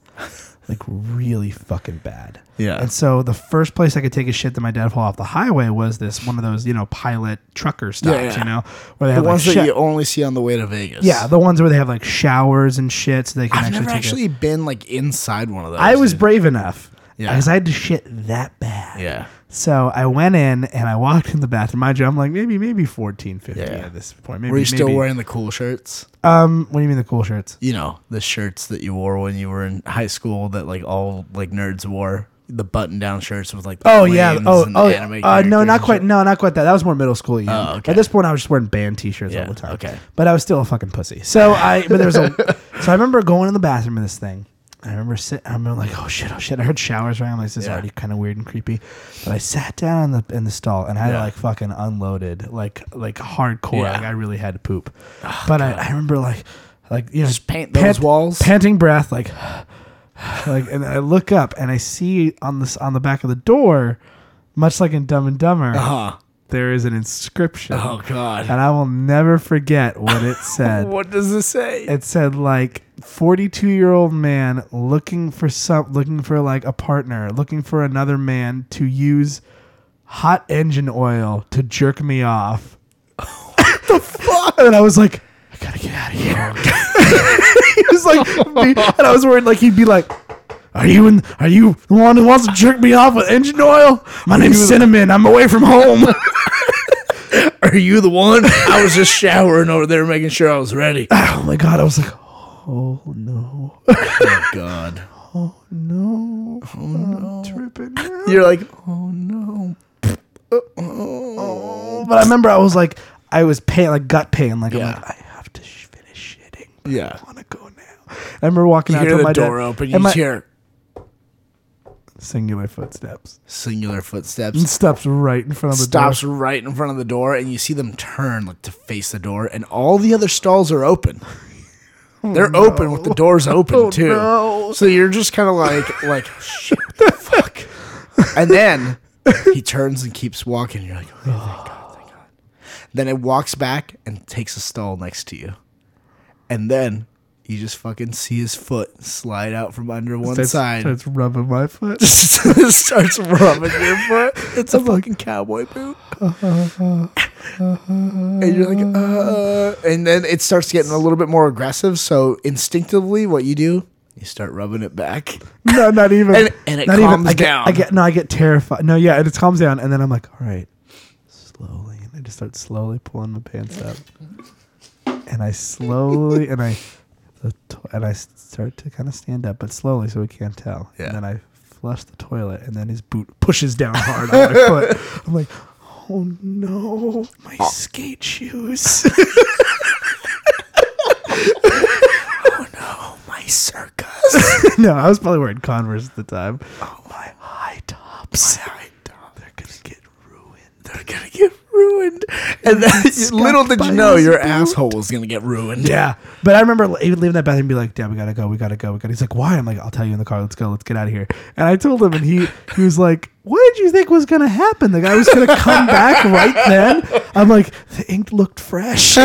Speaker 1: like really fucking bad.
Speaker 2: Yeah.
Speaker 1: And so the first place I could take a shit that my dad pulled off the highway was this one of those you know pilot trucker stops,
Speaker 2: yeah.
Speaker 1: you know, where they
Speaker 2: The
Speaker 1: have
Speaker 2: ones
Speaker 1: like,
Speaker 2: that
Speaker 1: sho-
Speaker 2: you only see on the way to Vegas.
Speaker 1: yeah, the ones where they have like showers and shit, so they can
Speaker 2: I've
Speaker 1: actually
Speaker 2: never
Speaker 1: take a-
Speaker 2: actually been like inside one of those.
Speaker 1: I was
Speaker 2: dude.
Speaker 1: brave enough
Speaker 2: Yeah.
Speaker 1: because I had to shit that bad.
Speaker 2: Yeah.
Speaker 1: So I went in and I walked in the bathroom. Mind you, I'm like maybe maybe 14, 15
Speaker 2: Yeah.
Speaker 1: at this point. Maybe,
Speaker 2: Were you still
Speaker 1: maybe-
Speaker 2: wearing the cool shirts?
Speaker 1: Um, what do you mean the cool shirts?
Speaker 2: You know, the shirts that you wore when you were in high school that like all like nerds wore. The button down shirts with like the
Speaker 1: Oh yeah.
Speaker 2: flames
Speaker 1: Oh
Speaker 2: and the
Speaker 1: oh.
Speaker 2: anime
Speaker 1: Uh, no,
Speaker 2: characters
Speaker 1: not
Speaker 2: and
Speaker 1: quite.
Speaker 2: shit.
Speaker 1: No, not quite that. That was more middle school. Yeah.
Speaker 2: Oh, okay.
Speaker 1: At this point, I was just wearing band T-shirts all
Speaker 2: Yeah,
Speaker 1: the time.
Speaker 2: okay.
Speaker 1: But I was still a fucking pussy. So I. But there was a. so I remember going in the bathroom in this thing. I remember sitting. I remember like, oh shit, oh shit. I heard showers ringing. I'm like, this is
Speaker 2: Yeah.
Speaker 1: already kind of weird and creepy. But I sat down in the in the stall and I
Speaker 2: Yeah.
Speaker 1: like fucking unloaded, like like hardcore.
Speaker 2: Yeah. Oh,
Speaker 1: Like I really had to poop. but I, I remember like like you know
Speaker 2: Just paint those walls.
Speaker 1: panting breath, like like and I look up and I see on this on the back of the door, much like in Dumb and Dumber,
Speaker 2: Uh-huh.
Speaker 1: there is an inscription.
Speaker 2: Oh god.
Speaker 1: And I will never forget what it said.
Speaker 2: What does this say?
Speaker 1: It said like 42 year old man looking for some looking for like a partner, looking for another man to use hot engine oil to jerk me off. what the fuck? And I was like, I gotta get out of here. he was like, and I was worried like he'd be like. Are you in, are you the one who wants to jerk me off with engine oil? My name's Cinnamon. I'm away from home.
Speaker 2: Are you the one? I was just showering over there making sure I was ready.
Speaker 1: oh my god! I was like, oh no.
Speaker 2: oh god.
Speaker 1: No. Oh, no. tripping. now.
Speaker 2: You're like, oh no.
Speaker 1: Oh, But I remember I was like, I was pain, like gut pain. Like, I'm
Speaker 2: Yeah.
Speaker 1: like, I have to sh- finish shitting. But
Speaker 2: Yeah.
Speaker 1: I want to go now. I remember walking
Speaker 2: You
Speaker 1: out
Speaker 2: hear
Speaker 1: to
Speaker 2: the
Speaker 1: my
Speaker 2: door
Speaker 1: dad,
Speaker 2: open.
Speaker 1: and
Speaker 2: You
Speaker 1: my-
Speaker 2: hear
Speaker 1: singular footsteps.
Speaker 2: singular
Speaker 1: And
Speaker 2: footsteps.
Speaker 1: steps right in front of the
Speaker 2: Stops
Speaker 1: door.
Speaker 2: right in front of the door, and you see them turn like to face the door, and all the other stalls are open. They're open with the doors open too.
Speaker 1: Oh, no.
Speaker 2: So you're just kind of like, like, shit, what the fuck. And then he turns and keeps walking. You're like, oh, thank God, thank God. Then it walks back and takes a stall next to you, and then you just fucking see his foot slide out from under one
Speaker 1: Starts-
Speaker 2: side.
Speaker 1: Starts rubbing my foot.
Speaker 2: starts rubbing your foot. It's a fucking cowboy boot. and you're like, uh, and then it starts getting a little bit more aggressive. So instinctively, what you do You start rubbing it back.
Speaker 1: No, not even.
Speaker 2: And- and it
Speaker 1: not
Speaker 2: calms
Speaker 1: I get,
Speaker 2: down.
Speaker 1: I get no, I get terrified. No, yeah, it calms down, and then I'm like, all right, slowly, and I just start slowly pulling my pants up, and I slowly, and I, the to- and I s- start to kind of stand up, but slowly, so we can't tell.
Speaker 2: Yeah.
Speaker 1: And then I flush the toilet, and then his boot pushes down hard on my foot. I'm like, oh no, my skate shoes. Oh,
Speaker 2: My circus.
Speaker 1: no, I was probably wearing Converse at the time. Oh, my high tops. high tops. They're gonna get ruined.
Speaker 2: They're gonna get ruined. And then, little did
Speaker 1: by
Speaker 2: you know,
Speaker 1: his
Speaker 2: your
Speaker 1: boot.
Speaker 2: asshole was gonna get ruined.
Speaker 1: Yeah, but I remember li- even leaving that bathroom and be like, "Dad, we gotta go. We gotta go. We gotta." He's like, "Why?" I'm like, "I'll tell you in the car. Let's go. Let's get out of here." And I told him, and he he was like, "What did you think was gonna happen? The guy was gonna come back right then." I'm like, "The ink looked fresh."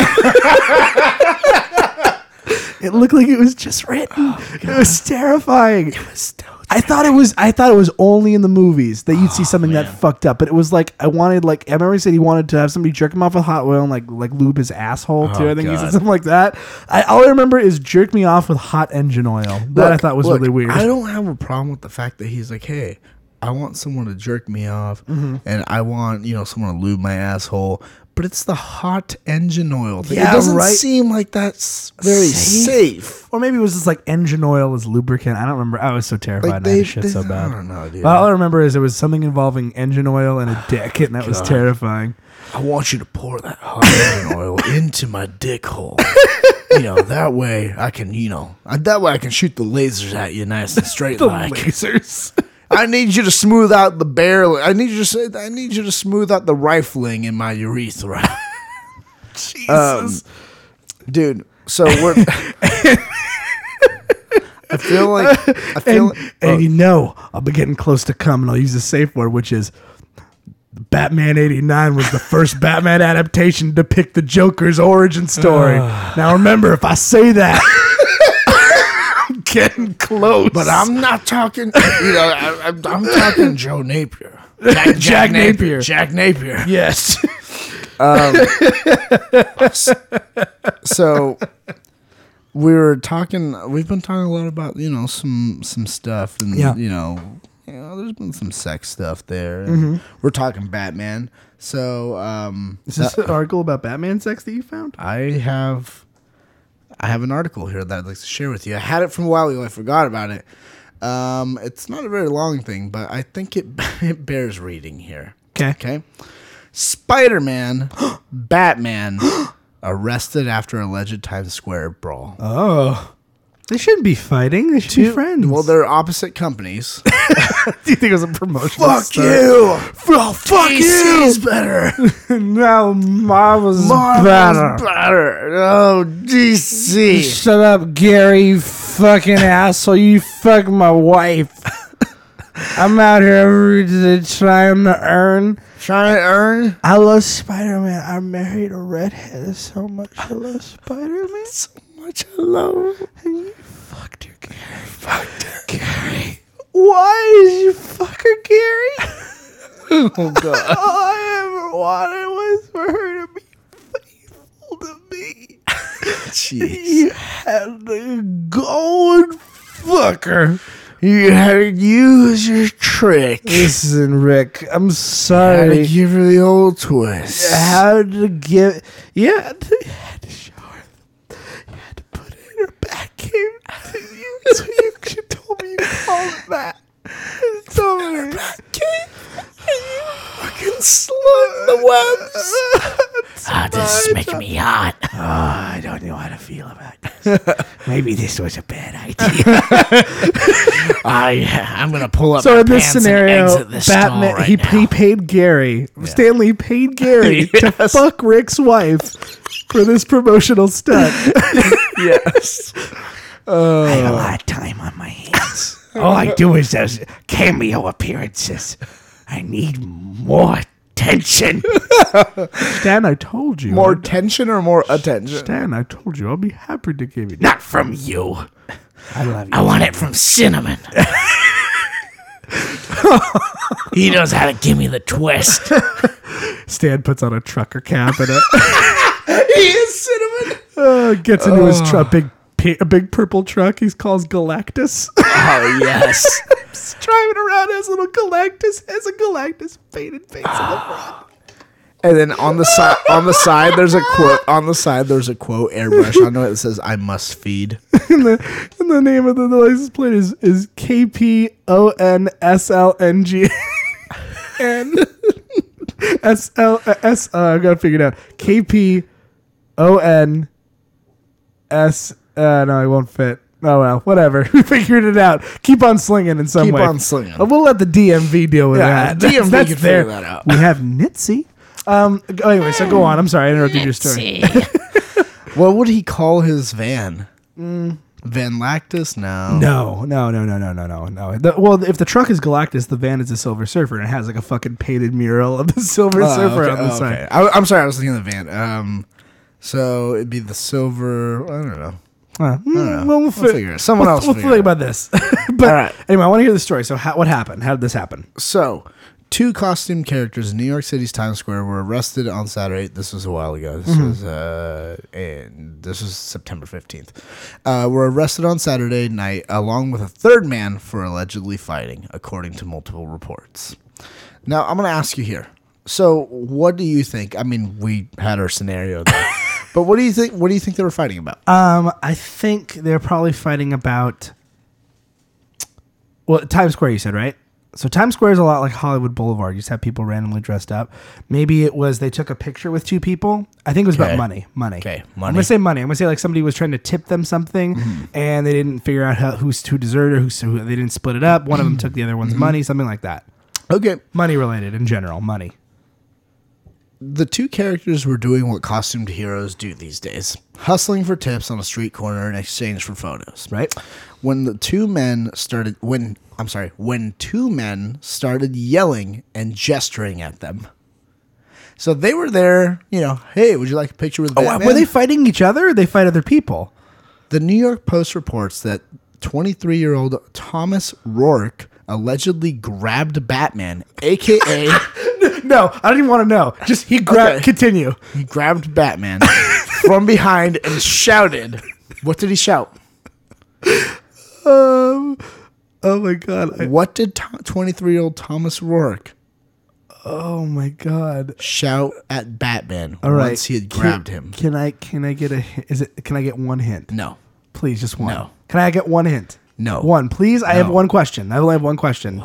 Speaker 1: It looked like it was just written.
Speaker 2: Oh,
Speaker 1: it was terrifying. I thought it was. I thought it was only in the movies that
Speaker 2: Oh,
Speaker 1: you'd see something that fucked up. But it was like I wanted. Like I remember he said he wanted to have somebody jerk him off with hot oil and like like lube his asshole too.
Speaker 2: Oh,
Speaker 1: I think he
Speaker 2: God.
Speaker 1: said something like that. I all I remember is jerk me off with hot engine oil. That I
Speaker 2: Look,
Speaker 1: thought was
Speaker 2: look,
Speaker 1: really weird.
Speaker 2: I don't have a problem with the fact that he's like, hey, I want someone to jerk me off,
Speaker 1: Mm-hmm.
Speaker 2: and I want you know someone to lube my asshole. But it's the hot engine oil thing.
Speaker 1: Yeah,
Speaker 2: it doesn't
Speaker 1: right.
Speaker 2: seem like that's very
Speaker 1: Safe.
Speaker 2: safe.
Speaker 1: Or maybe it was just like engine oil as lubricant. I don't remember. I was so terrified.
Speaker 2: Like
Speaker 1: and I
Speaker 2: they-
Speaker 1: had shit
Speaker 2: they-
Speaker 1: so bad.
Speaker 2: I don't know, dude.
Speaker 1: But all I remember is it was something involving engine oil and a dick, and that was terrifying.
Speaker 2: I want you to pour that hot engine oil into my dick hole. you know that way I can you know I- that way I can shoot the lasers at you nice and straight like.
Speaker 1: lasers.
Speaker 2: I need you to smooth out the barrel. I need you to say, I need you to smooth out the rifling in my urethra. Jesus. dude, so we're I feel like I feel
Speaker 1: and, and you know I'll be getting close to come, and I'll use the safe word, which is Batman '89 was the first Batman adaptation to depict the Joker's origin story. now remember, if I say that, I'm getting close.
Speaker 2: but I'm not talking you know I, I'm, I'm talking Joe Napier. Jack,
Speaker 1: Jack Napier.
Speaker 2: Jack Napier.
Speaker 1: yes,
Speaker 2: so we were talking we've been talking a lot about you know some some stuff and
Speaker 1: Yeah.
Speaker 2: you know you know, there's been some sex stuff there. and We're talking Batman. So, um,
Speaker 1: is this an article about Batman sex that you found?
Speaker 2: I have I have an article here that I'd like to share with you. I had it from a while ago. I forgot about it. Um, it's not a very long thing, but I think it it bears reading here.
Speaker 1: 'Kay.
Speaker 2: Okay. Spider Man, Batman, arrested after alleged Times Square brawl.
Speaker 1: Oh, they shouldn't be fighting. They should be friends.
Speaker 2: Well, they're opposite companies.
Speaker 1: do you think it was a promotion?
Speaker 2: you! Oh, fuck
Speaker 1: DC's
Speaker 2: better.
Speaker 1: no, Marvel's,
Speaker 2: Marvel's better. Oh, DC.
Speaker 1: Shut up, Gary, you fucking asshole. You fuck my wife. I'm out here every day trying to earn.
Speaker 2: Trying to earn
Speaker 1: I love Spider Man. I married a redhead so much. I love Spider Man.
Speaker 2: so much love.
Speaker 1: Fucked her, Gary. Fucked her, Gary. Why did you fuck her, Gary?
Speaker 2: Oh, God.
Speaker 1: All I ever wanted was for her to be faithful to me.
Speaker 2: Jeez.
Speaker 1: You had to go and fuck her.
Speaker 2: You had to use your trick.
Speaker 1: Listen, Rick, I'm
Speaker 2: Had to
Speaker 1: sorry.
Speaker 2: give her the old twist.
Speaker 1: How to give? Yeah, you had to show her. You had to put it in her back cave. to you, so you she told me you called it that. It's over. Back cave. Fucking slung the webs.
Speaker 5: Ah, this is making me hot.
Speaker 1: Ah, I don't know how to feel about this. Maybe this was a bad idea.
Speaker 5: I, I'm gonna pull up.
Speaker 1: So
Speaker 5: my
Speaker 1: in this
Speaker 5: pants and
Speaker 1: scenario,
Speaker 5: exit this stall
Speaker 1: Batman
Speaker 5: right
Speaker 1: he,
Speaker 5: now.
Speaker 1: he paid Gary. Stanley paid Gary to fuck Rick's wife for this promotional stunt.
Speaker 5: I
Speaker 1: Oh.
Speaker 5: have a lot of time on my hands. All I do is those cameo appearances. I need more attention.
Speaker 1: Stan, I told you.
Speaker 2: More tension or more attention?
Speaker 1: Stan, I told you. I'll be happy to give you.
Speaker 5: Not from you.
Speaker 1: I love you.
Speaker 5: I want it from Cinnamon. he knows how to give me the twist.
Speaker 1: Stan puts on a trucker cap and a,
Speaker 2: He is cinnamon. Oh.
Speaker 1: uh, gets into his truck, big pi- a big purple truck. He calls Galactus.
Speaker 2: Oh yes.
Speaker 1: He's driving around as little Galactus, as a Galactus painted face on the front.
Speaker 2: and then on the side, on the side, there's a quote. On the side, there's a quote airbrush onto it that says, "I must feed."
Speaker 1: And the, and the name of the license plate is is K P O N S L N G N S L S. uh, I gotta figure it out. K P O N S. Uh, no, it won't fit. Oh well, whatever. We figured it out. Keep on slinging in some
Speaker 2: Keep
Speaker 1: way.
Speaker 2: on slinging.
Speaker 1: Uh, We'll let the DMV deal with
Speaker 2: Yeah,
Speaker 1: that.
Speaker 2: DMV
Speaker 1: That's
Speaker 2: can
Speaker 1: their-
Speaker 2: figure that out.
Speaker 1: We have Nitzy. Um. go- Anyway, so go on. I'm sorry, I interrupted your story.
Speaker 2: What would he call his van?
Speaker 1: Mm.
Speaker 2: Van Lactus? No.
Speaker 1: No, no, no, no, no, no, no, no. The, well, if the truck is Galactus, the van is a Silver Surfer, and it has like a fucking painted mural of the Silver
Speaker 2: Oh,
Speaker 1: Surfer
Speaker 2: okay,
Speaker 1: on the
Speaker 2: oh,
Speaker 1: side.
Speaker 2: okay. I, I'm sorry, I was thinking of the van. Um, so it'd be the silver. I don't know.
Speaker 1: Uh, mm,
Speaker 2: know.
Speaker 1: well, we'll,
Speaker 2: We'll
Speaker 1: fi-
Speaker 2: figure it. Someone
Speaker 1: we'll-
Speaker 2: else
Speaker 1: We'll
Speaker 2: figure
Speaker 1: think
Speaker 2: it
Speaker 1: about this. but
Speaker 2: All right.
Speaker 1: anyway, I want to hear the story. So, how, what happened? How did this happen?
Speaker 2: So, two costume characters in New York City's Times Square were arrested on Saturday. This was a while ago. This was uh, and this was September fifteenth. Uh, were arrested on Saturday night along with a third man for allegedly fighting, according to multiple reports. Now, I'm going to ask you here. So, what do you think? I mean, we had our scenario there, but what do you think? What do you think they were fighting about?
Speaker 1: Um, I think they're probably fighting about. Well, Times Square, you said right. So Times Square is a lot like Hollywood Boulevard. You just have people randomly dressed up. Maybe it was they took a picture with two people. I think it was
Speaker 2: Okay.
Speaker 1: about money. Money.
Speaker 2: Okay,
Speaker 1: I'm
Speaker 2: money.
Speaker 1: gonna say money. Mm-hmm. I'm gonna say like somebody was trying to tip them something, and they didn't figure out how, who's who deserved or who's who. They didn't split it up. One of them took the other one's money. Something like that.
Speaker 2: Okay,
Speaker 1: Money related in general. Money.
Speaker 2: the two characters were doing what costumed heroes do these days hustling for tips on a street corner in exchange for photos
Speaker 1: Right.
Speaker 2: when the two men started when i'm sorry when two men started yelling and gesturing at them so they were there you know hey would you like a picture with
Speaker 1: Oh,
Speaker 2: Batman?
Speaker 1: were they fighting each other? or They fight other people.
Speaker 2: the new york post reports that 23 year old thomas rourke allegedly grabbed batman aka
Speaker 1: No, I don't even want to know. Just he grabbed.
Speaker 2: Okay.
Speaker 1: Continue.
Speaker 2: He grabbed Batman from behind and shouted. What did he shout?
Speaker 1: Um, oh my god! I,
Speaker 2: What did 23 year old Thomas Rourke
Speaker 1: oh my god!
Speaker 2: shout at Batman
Speaker 1: All right.
Speaker 2: once he had grabbed
Speaker 1: Can-
Speaker 2: him?
Speaker 1: Can I? Can I get a? hi- Is it? Can I get one hint?
Speaker 2: No.
Speaker 1: Please, just one.
Speaker 2: No.
Speaker 1: Can I get one hint?
Speaker 2: No.
Speaker 1: One, please. I have
Speaker 2: No.
Speaker 1: one question. I only have one question.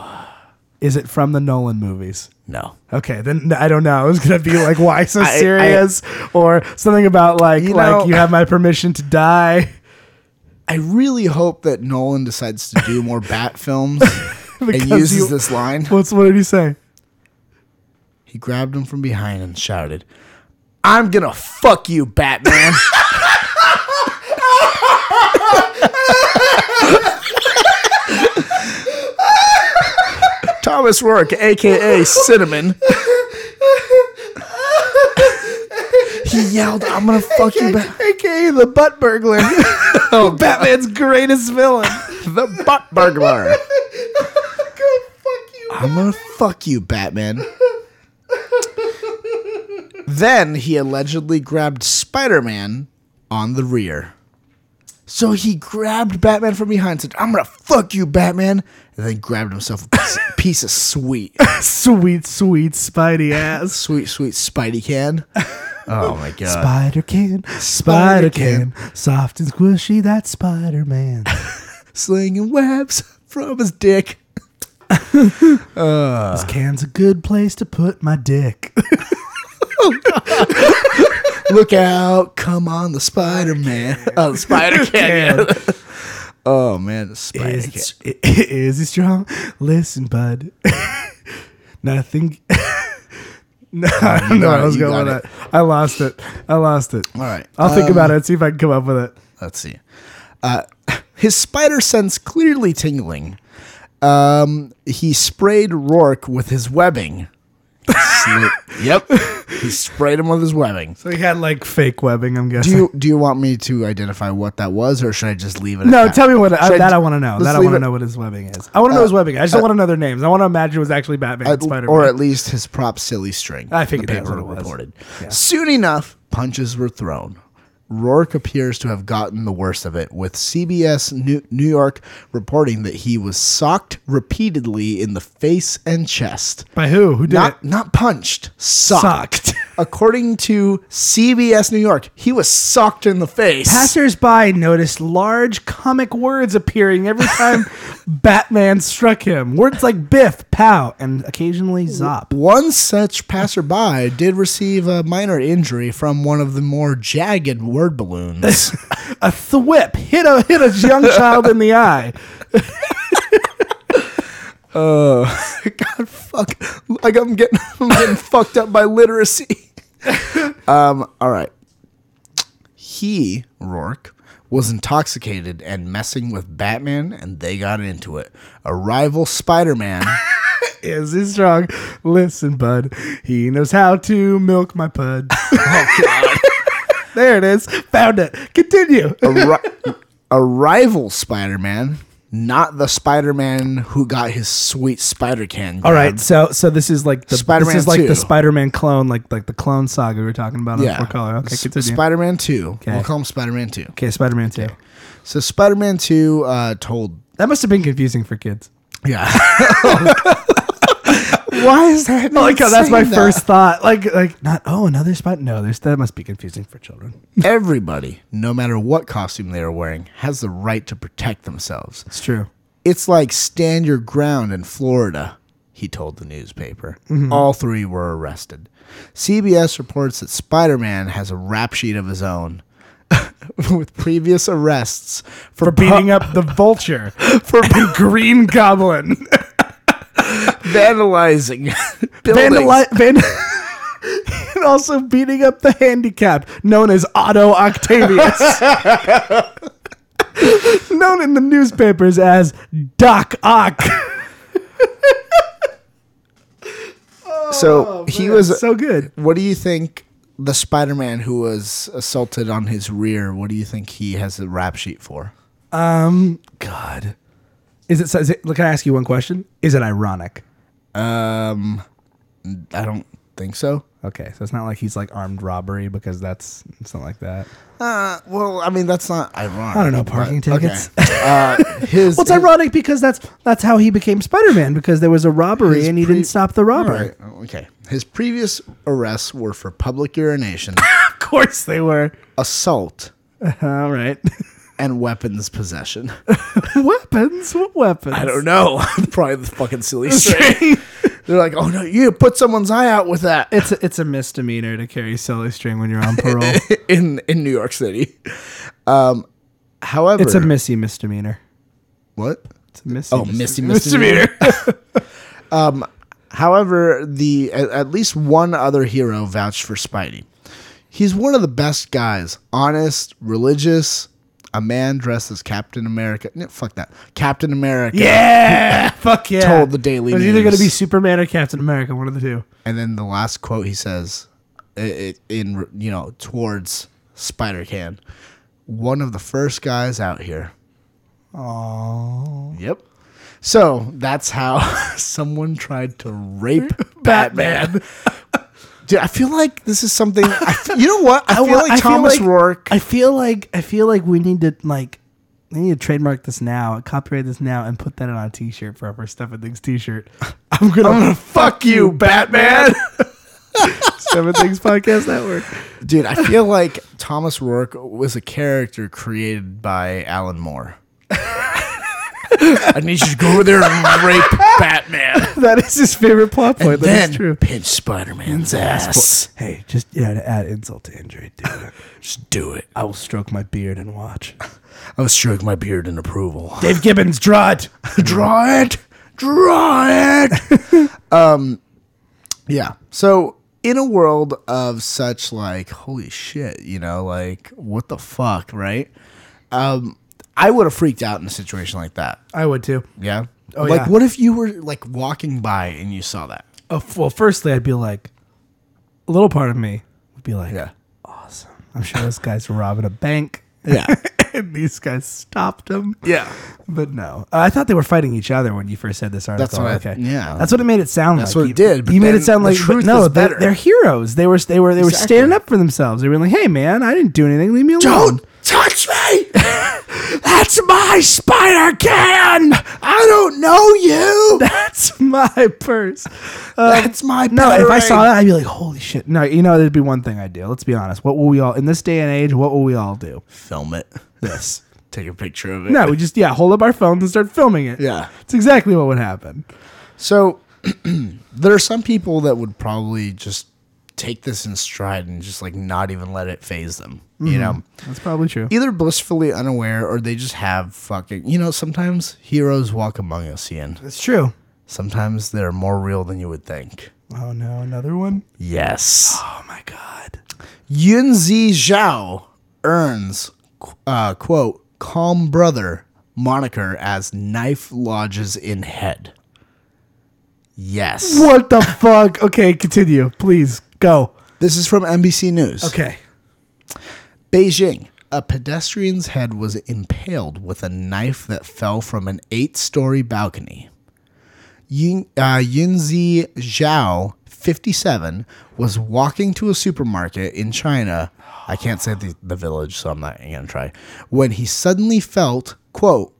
Speaker 1: Is it from the Nolan movies?
Speaker 2: No.
Speaker 1: Okay, then I don't know. I was gonna be like, why so
Speaker 2: I- I-
Speaker 1: serious, or something about like,
Speaker 2: You know-
Speaker 1: like you have my permission to die.
Speaker 2: I really hope that Nolan decides to do more Bat films and
Speaker 1: Because
Speaker 2: uses
Speaker 1: you-
Speaker 2: this line.
Speaker 1: What's what did he say?
Speaker 2: He grabbed him from behind and shouted, I'm gonna fuck you, Batman. Thomas Rourke, aka Cinnamon. he yelled, I'm gonna fuck you, Batman.
Speaker 1: AKA the butt burglar. oh, Batman's greatest villain.
Speaker 2: The butt burglar.
Speaker 1: Fuck you.
Speaker 2: I'm gonna fuck you, Batman. then he allegedly grabbed Spider Man on the rear. So he grabbed Batman from behind and said, I'm gonna fuck you, Batman. And then grabbed himself a piece, piece of sweet,
Speaker 1: Sweet, sweet Spidey ass.
Speaker 2: sweet, sweet Spidey can. Oh my god.
Speaker 1: Spider can,
Speaker 2: Spider
Speaker 1: spider can, soft and squishy, that Spider Man.
Speaker 2: Slinging webs from his dick.
Speaker 1: this can's a good place to put my dick.
Speaker 2: Look out, come on, the Spider Man. Oh, the Spider Can. yeah. oh man, the Spider Can.
Speaker 1: Is, it, is he strong? Listen, bud. Nothing. no, I don't know where
Speaker 2: got
Speaker 1: I
Speaker 2: it,
Speaker 1: was
Speaker 2: you
Speaker 1: going with
Speaker 2: got
Speaker 1: that. I lost it. I lost it.
Speaker 2: All right. Um,
Speaker 1: I'll think about it and see if I can come up with it.
Speaker 2: let's see. Uh, his spider sense clearly tingling. Um, he sprayed Rourke with his webbing. Sli- yep, he sprayed him with his webbing.
Speaker 1: So he had like fake webbing, I'm
Speaker 2: Do
Speaker 1: guessing.
Speaker 2: you do you want me to identify what that was, or should I just leave it? at
Speaker 1: no,
Speaker 2: that?
Speaker 1: tell me what I,
Speaker 2: Should
Speaker 1: that I
Speaker 2: ju-
Speaker 1: want to know.
Speaker 2: let's
Speaker 1: That I
Speaker 2: leave
Speaker 1: want to
Speaker 2: it-
Speaker 1: know what his webbing is. I want to know his webbing. I just don't want to know their names. I want to imagine it was actually Batman,
Speaker 2: at-
Speaker 1: and Spider-Man,
Speaker 2: uh, or at least his prop silly string.
Speaker 1: I figured
Speaker 2: the
Speaker 1: that's
Speaker 2: paper
Speaker 1: what it was.
Speaker 2: reported. Soon enough, punches were thrown. Rourke appears to have gotten the worst of it, with CBS New, New York reporting that he was socked repeatedly in the face and chest.
Speaker 1: By who? Who did
Speaker 2: Not,
Speaker 1: it?
Speaker 2: not punched, socked. According to CBS New York, he was socked in the face.
Speaker 1: Passersby noticed large comic words appearing every time Batman struck him. Words like biff, pow, and occasionally zop.
Speaker 2: One such passerby did receive a minor injury from one of the more jagged word balloons.
Speaker 1: A thwip hit a hit a young child in the eye.
Speaker 2: God, fuck! Like I'm getting, I'm getting fucked up by literacy. um. All right. He Rourke was intoxicated and messing with Batman, and they got into it. A rival Spider-Man.
Speaker 1: Is he strong? Listen, bud. He knows how to milk my pud. Oh, there it is. Found it. Continue.
Speaker 2: a, ri- a rival Spider-Man, not the Spider-Man who got his sweet spider can.
Speaker 1: All right, so so this is like the
Speaker 2: Spider-Man
Speaker 1: this is like
Speaker 2: 2.
Speaker 1: the Spider-Man clone, like like the clone saga we were talking about on
Speaker 2: Yeah.
Speaker 1: Four Color. Okay,
Speaker 2: S-
Speaker 1: continue.
Speaker 2: Spider-Man Two.
Speaker 1: Okay.
Speaker 2: We'll call him Spider-Man Two.
Speaker 1: okay, Spider-Man Two.
Speaker 2: So Spider-Man Two uh, told.
Speaker 1: That must have been confusing for kids.
Speaker 2: Yeah. Why is that?
Speaker 1: I like how that's my
Speaker 2: saying that?
Speaker 1: first thought. Like like not oh another Spider. No, there's that must be confusing for children.
Speaker 2: Everybody, no matter what costume they are wearing, has the right to protect themselves.
Speaker 1: It's true.
Speaker 2: It's like stand your ground in Florida, he told the newspaper. All three were arrested. CBS reports that Spider Man has a rap sheet of his own with previous arrests for,
Speaker 1: For beating up the Vulture,
Speaker 2: for
Speaker 1: Green Goblin,
Speaker 2: vandalizing. buildings.
Speaker 1: Vandali- Van- and also beating up the handicapped known as Otto Octavius. known in the newspapers as Doc Ock.
Speaker 2: Oh, So he was.
Speaker 1: so good.
Speaker 2: what do you think? The Spider Man who was assaulted on his rear, what do you think he has a rap sheet for?
Speaker 1: Um, God, is it? so- Is it look, can I ask you one question? Is it ironic?
Speaker 2: Um, I don't think so.
Speaker 1: Okay, so it's not like he's like armed robbery because that's it's not like that.
Speaker 2: Uh, well, I mean that's not ironic.
Speaker 1: I don't know, parking
Speaker 2: but- okay.
Speaker 1: tickets?
Speaker 2: Uh, his
Speaker 1: Well, it's
Speaker 2: his-
Speaker 1: ironic because that's that's how he became Spider-Man because there was a robbery
Speaker 2: His
Speaker 1: and he
Speaker 2: pre-
Speaker 1: didn't stop the
Speaker 2: all
Speaker 1: robbery.
Speaker 2: right, okay. His previous arrests were for public urination,
Speaker 1: Of course they were.
Speaker 2: assault,
Speaker 1: All right,
Speaker 2: and weapons possession.
Speaker 1: weapons. What weapons?
Speaker 2: I don't know. Probably the fucking silliest thing. They're like, oh no, you put someone's eye out with that
Speaker 1: It's a, it's a misdemeanor to carry silly string when you're on parole.
Speaker 2: in in New York City. Um, however,
Speaker 1: it's a missy misdemeanor.
Speaker 2: what?
Speaker 1: It's a missy.
Speaker 2: Oh, Misty Um, However, the at, at least one other hero vouched for Spidey. He's one of the best guys. Honest, religious, a man dressed as Captain America. No, fuck that. Captain America.
Speaker 1: Yeah, fuck yeah.
Speaker 2: Told the Daily
Speaker 1: It was either
Speaker 2: News.
Speaker 1: going to be Superman or Captain America, one of the two.
Speaker 2: And then the last quote he says i- i- in you know towards Spider Can, one of the first guys out here. Aww. Yep. So that's how someone tried to rape Batman. Dude, I feel like this is something. I f you know what? I feel
Speaker 1: wa-
Speaker 2: like
Speaker 1: I feel
Speaker 2: Thomas
Speaker 1: like-
Speaker 2: Rourke.
Speaker 1: I feel like I feel like we need to like we need to trademark this now, copyright this now, and put that on a T-shirt for our Stuff and Things T-shirt. I'm gonna,
Speaker 2: fuck you, Batman.
Speaker 1: Stuff and Things Podcast Network.
Speaker 2: Dude, I feel like Thomas Rourke was a character created by Alan Moore. I need you to go over there and rape Batman.
Speaker 1: That is his favorite plot point. That is
Speaker 2: then
Speaker 1: true.
Speaker 2: pinch Spider Man's ass.
Speaker 1: Hey, just yeah, to add insult to injury, dude.
Speaker 2: Just do it.
Speaker 1: I will stroke my beard and watch.
Speaker 2: I was stroking my beard in approval.
Speaker 1: Dave Gibbons, draw it.
Speaker 2: Draw it. Draw it. um, yeah. So in a world of such like holy shit, you know, like what the fuck, right? Um, I would have freaked out in a situation like that.
Speaker 1: I would too.
Speaker 2: Yeah.
Speaker 1: Oh,
Speaker 2: like
Speaker 1: yeah.
Speaker 2: what if you were like walking by and you saw that?
Speaker 1: Oh, f- well, firstly, I'd be like, a little part of me would be like, I'm sure this guy's robbing a bank.
Speaker 2: Yeah.
Speaker 1: and these guys stopped him.
Speaker 2: Yeah.
Speaker 1: But no, Uh, I thought they were fighghting each other when you first said this article.
Speaker 2: what I-
Speaker 1: okay,
Speaker 2: yeah.
Speaker 1: that's what it made it sound like.
Speaker 2: That's what
Speaker 1: You-
Speaker 2: it did, but
Speaker 1: You made
Speaker 2: then
Speaker 1: it sound
Speaker 2: the
Speaker 1: like
Speaker 2: truth
Speaker 1: no,
Speaker 2: is
Speaker 1: they're,
Speaker 2: better.
Speaker 1: they're heroes. They were they were they were
Speaker 2: Exactly.
Speaker 1: standing up for themselves. They were like, "Hey, man, I didn't do anything. Leave me alone."
Speaker 2: touch me! That's my spider can! I don't know you!
Speaker 1: That's my purse. Um,
Speaker 2: That's my
Speaker 1: No, if I saw
Speaker 2: Powerade.
Speaker 1: that, I'd be like, "Holy shit!" No, you know, there'd be one thing I'd do. Let's be honest. What will we all in this day and age? What will we all do?
Speaker 2: Film it. This. Take a picture of it.
Speaker 1: No, we just yeah, hold up our phones and start filming it.
Speaker 2: Yeah.
Speaker 1: it's exactly what would happen.
Speaker 2: So there are some people that would probably just take this in stride and just like not even let it phase them.
Speaker 1: Mm-hmm.
Speaker 2: You know?
Speaker 1: That's probably true.
Speaker 2: Either blissfully unaware or they just have fucking you know, sometimes heroes walk among us, Ian.
Speaker 1: That's true.
Speaker 2: Sometimes they're more real than you would think.
Speaker 1: Oh no, another one.
Speaker 2: Yes.
Speaker 1: Oh my god.
Speaker 2: Yunzi Zhao earns, uh, quote, calm brother moniker as knife lodges in head. Yes.
Speaker 1: What the fuck? Okay, continue, please go.
Speaker 2: This is from NBC News.
Speaker 1: Okay.
Speaker 2: Beijing. A pedestrian's head was impaled with a knife that fell from an eight story balcony. Yun, uh, Yunzi Zhao, 57, was walking to a supermarket in China. I can't say the, the village, so I'm not going to try. When he suddenly felt, quote,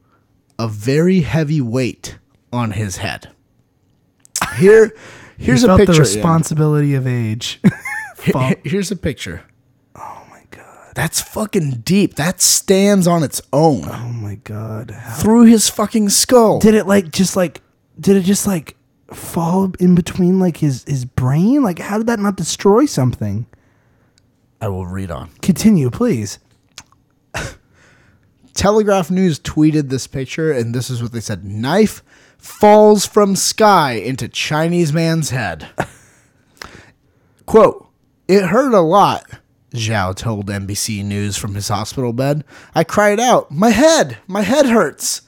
Speaker 2: a very heavy weight on his head. Here, here's
Speaker 1: You
Speaker 2: a
Speaker 1: felt
Speaker 2: picture.
Speaker 1: the
Speaker 2: Ian.
Speaker 1: responsibility of age. Oh,
Speaker 2: Here- Here's a picture. Oh my god. That's fucking deep. That stands on its own
Speaker 1: oh my god. How-
Speaker 2: through his fucking skull.
Speaker 1: Did it like just like did it just like fall in between like his his brain? Like how did that not destroy something?
Speaker 2: I will read on.
Speaker 1: Continue, please.
Speaker 2: Telegraph News tweeted this picture and this is what they said. Knife falls from sky into Chinese man's head. Quote, "It hurt a lot." Zhao told NBC News from his hospital bed. I cried out, "My head! My head hurts!"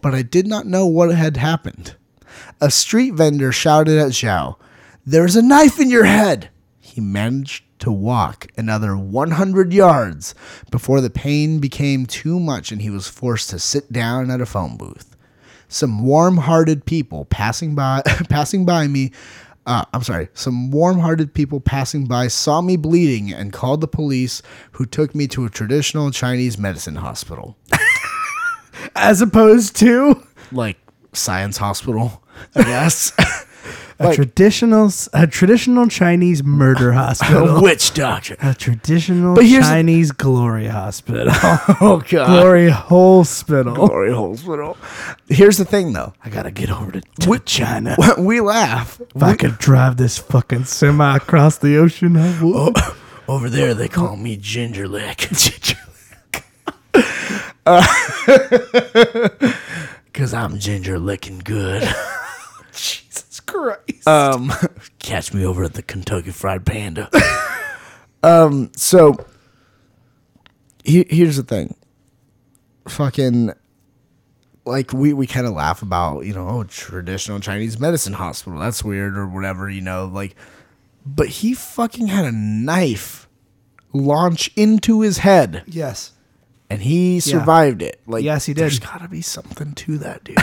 Speaker 2: But I did not know what had happened. A street vendor shouted at Zhao, There's a knife in your head! He managed to walk another 100 yards before the pain became too much and he was forced to sit down at a phone booth. Some warm-hearted people passing by, passing by me, uh, I'm sorry, some warm-hearted people passing by saw me bleeding and called the police, who took me to a traditional Chinese medicine hospital,
Speaker 1: As opposed to
Speaker 2: like Science Hospital, I guess.
Speaker 1: a traditional a traditional Chinese murder hospital.
Speaker 2: witch doctor.
Speaker 1: A traditional
Speaker 2: But here's the-
Speaker 1: Chinese glory hospital.
Speaker 2: Oh god.
Speaker 1: glory hospital.
Speaker 2: Glory hospital. Here's the thing though.
Speaker 1: I gotta get over to, to China.
Speaker 2: We laugh.
Speaker 1: If I could drive this fucking semi across the ocean, I would.
Speaker 2: Oh, Over there they call me ginger lick. ginger Cause I'm ginger licking good.
Speaker 1: Jesus Christ.
Speaker 2: Um catch me over at the Kentucky Fried Panda. um so he- here's the thing. Fucking like we, we kind of laugh about you know oh, traditional chinese medicine hospital that's weird or whatever you know like but he fucking had a knife launch into his head
Speaker 1: yes.
Speaker 2: and he survived it like
Speaker 1: Yes, he did.
Speaker 2: there's gotta be something to that dude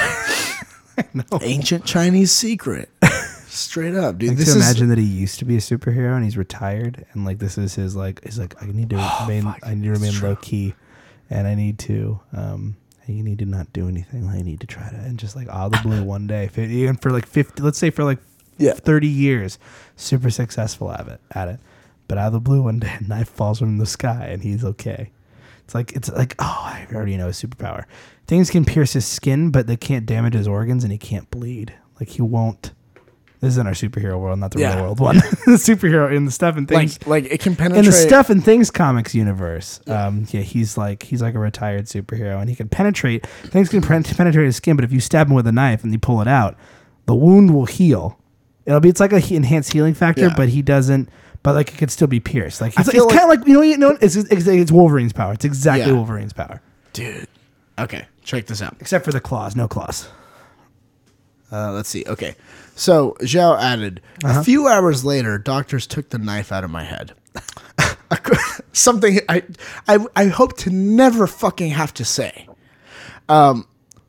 Speaker 2: ancient chinese secret straight up dude
Speaker 1: Like
Speaker 2: this
Speaker 1: to
Speaker 2: is
Speaker 1: imagine that he used to be a superhero and he's retired and like this is his like he's like I need to
Speaker 2: Oh,
Speaker 1: remain I need to remain low key and I need to um I need to not do anything. I need to try to and just like all the blue one day. fi- Even for like fifty let's say for like
Speaker 2: Yeah.
Speaker 1: thirty years, super successful at it at it. But out of the blue one day a knife falls from the sky and he's okay. It's like it's like oh I already know his superpower. Things can pierce his skin, but they can't damage his organs and he can't bleed. Like he won't this isn't our superhero world, not the
Speaker 2: Yeah.
Speaker 1: real world one. the superhero in the stuff and things
Speaker 2: like like it can
Speaker 1: in
Speaker 2: penetrate
Speaker 1: the stuff and things comics universe. Um, yeah, he's like he's like a retired superhero, and he can penetrate things can pen- penetrate his skin. But if you stab him with a knife and you pull it out, the wound will heal. It'll be it's like a he- enhanced healing factor,
Speaker 2: Yeah.
Speaker 1: but he doesn't. But like it could still be pierced. Like it's, it's
Speaker 2: feel
Speaker 1: kind of like you know you know it's it's, it's Wolverine's power. It's exactly
Speaker 2: Yeah.
Speaker 1: Wolverine's power,
Speaker 2: dude okay check this out
Speaker 1: except for the claws. No claws.
Speaker 2: Uh, let's see. Okay. So Zhao added, a few hours later, doctors took the knife out of my head. Ac- something I, I I hope to never fucking have to say. Um,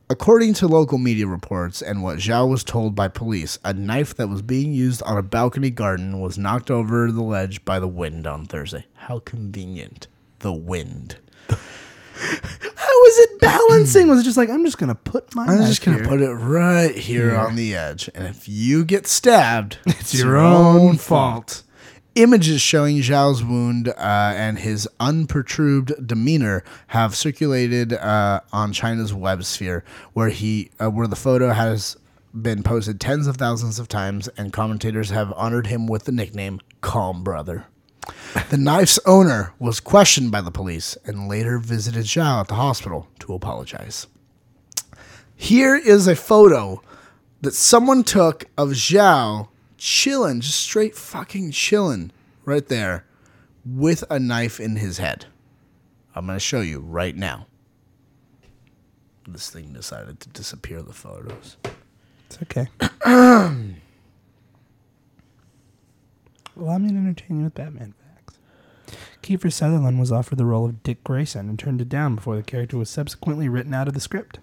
Speaker 2: according to local media reports and what Zhao was told by police, a knife that was being used on a balcony garden was knocked over the ledge by the wind on Thursday. How convenient. The wind.
Speaker 1: How is it balancing? Was it just like I'm just gonna put my.
Speaker 2: I'm just
Speaker 1: knife
Speaker 2: gonna put it right here on the edge, and if you get stabbed, it's
Speaker 1: your own fault.
Speaker 2: Images showing Zhao's wound uh, and his unperturbed demeanor have circulated uh, on China's web sphere, where he, uh, where the photo has been posted tens of thousands of times, and commentators have honored him with the nickname "Calm Brother." The knife's owner was questioned by the police and later visited Zhao at the hospital to apologize. Here is a photo that someone took of Zhao chilling, just straight fucking chilling right there with a knife in his head. I'm going to show you right now. This thing decided to disappear the photos.
Speaker 1: It's okay. Allow me to entertain you with Batman facts. Kiefer Sutherland was offered the role of Dick Grayson and turned it down before the character was subsequently written out of the script.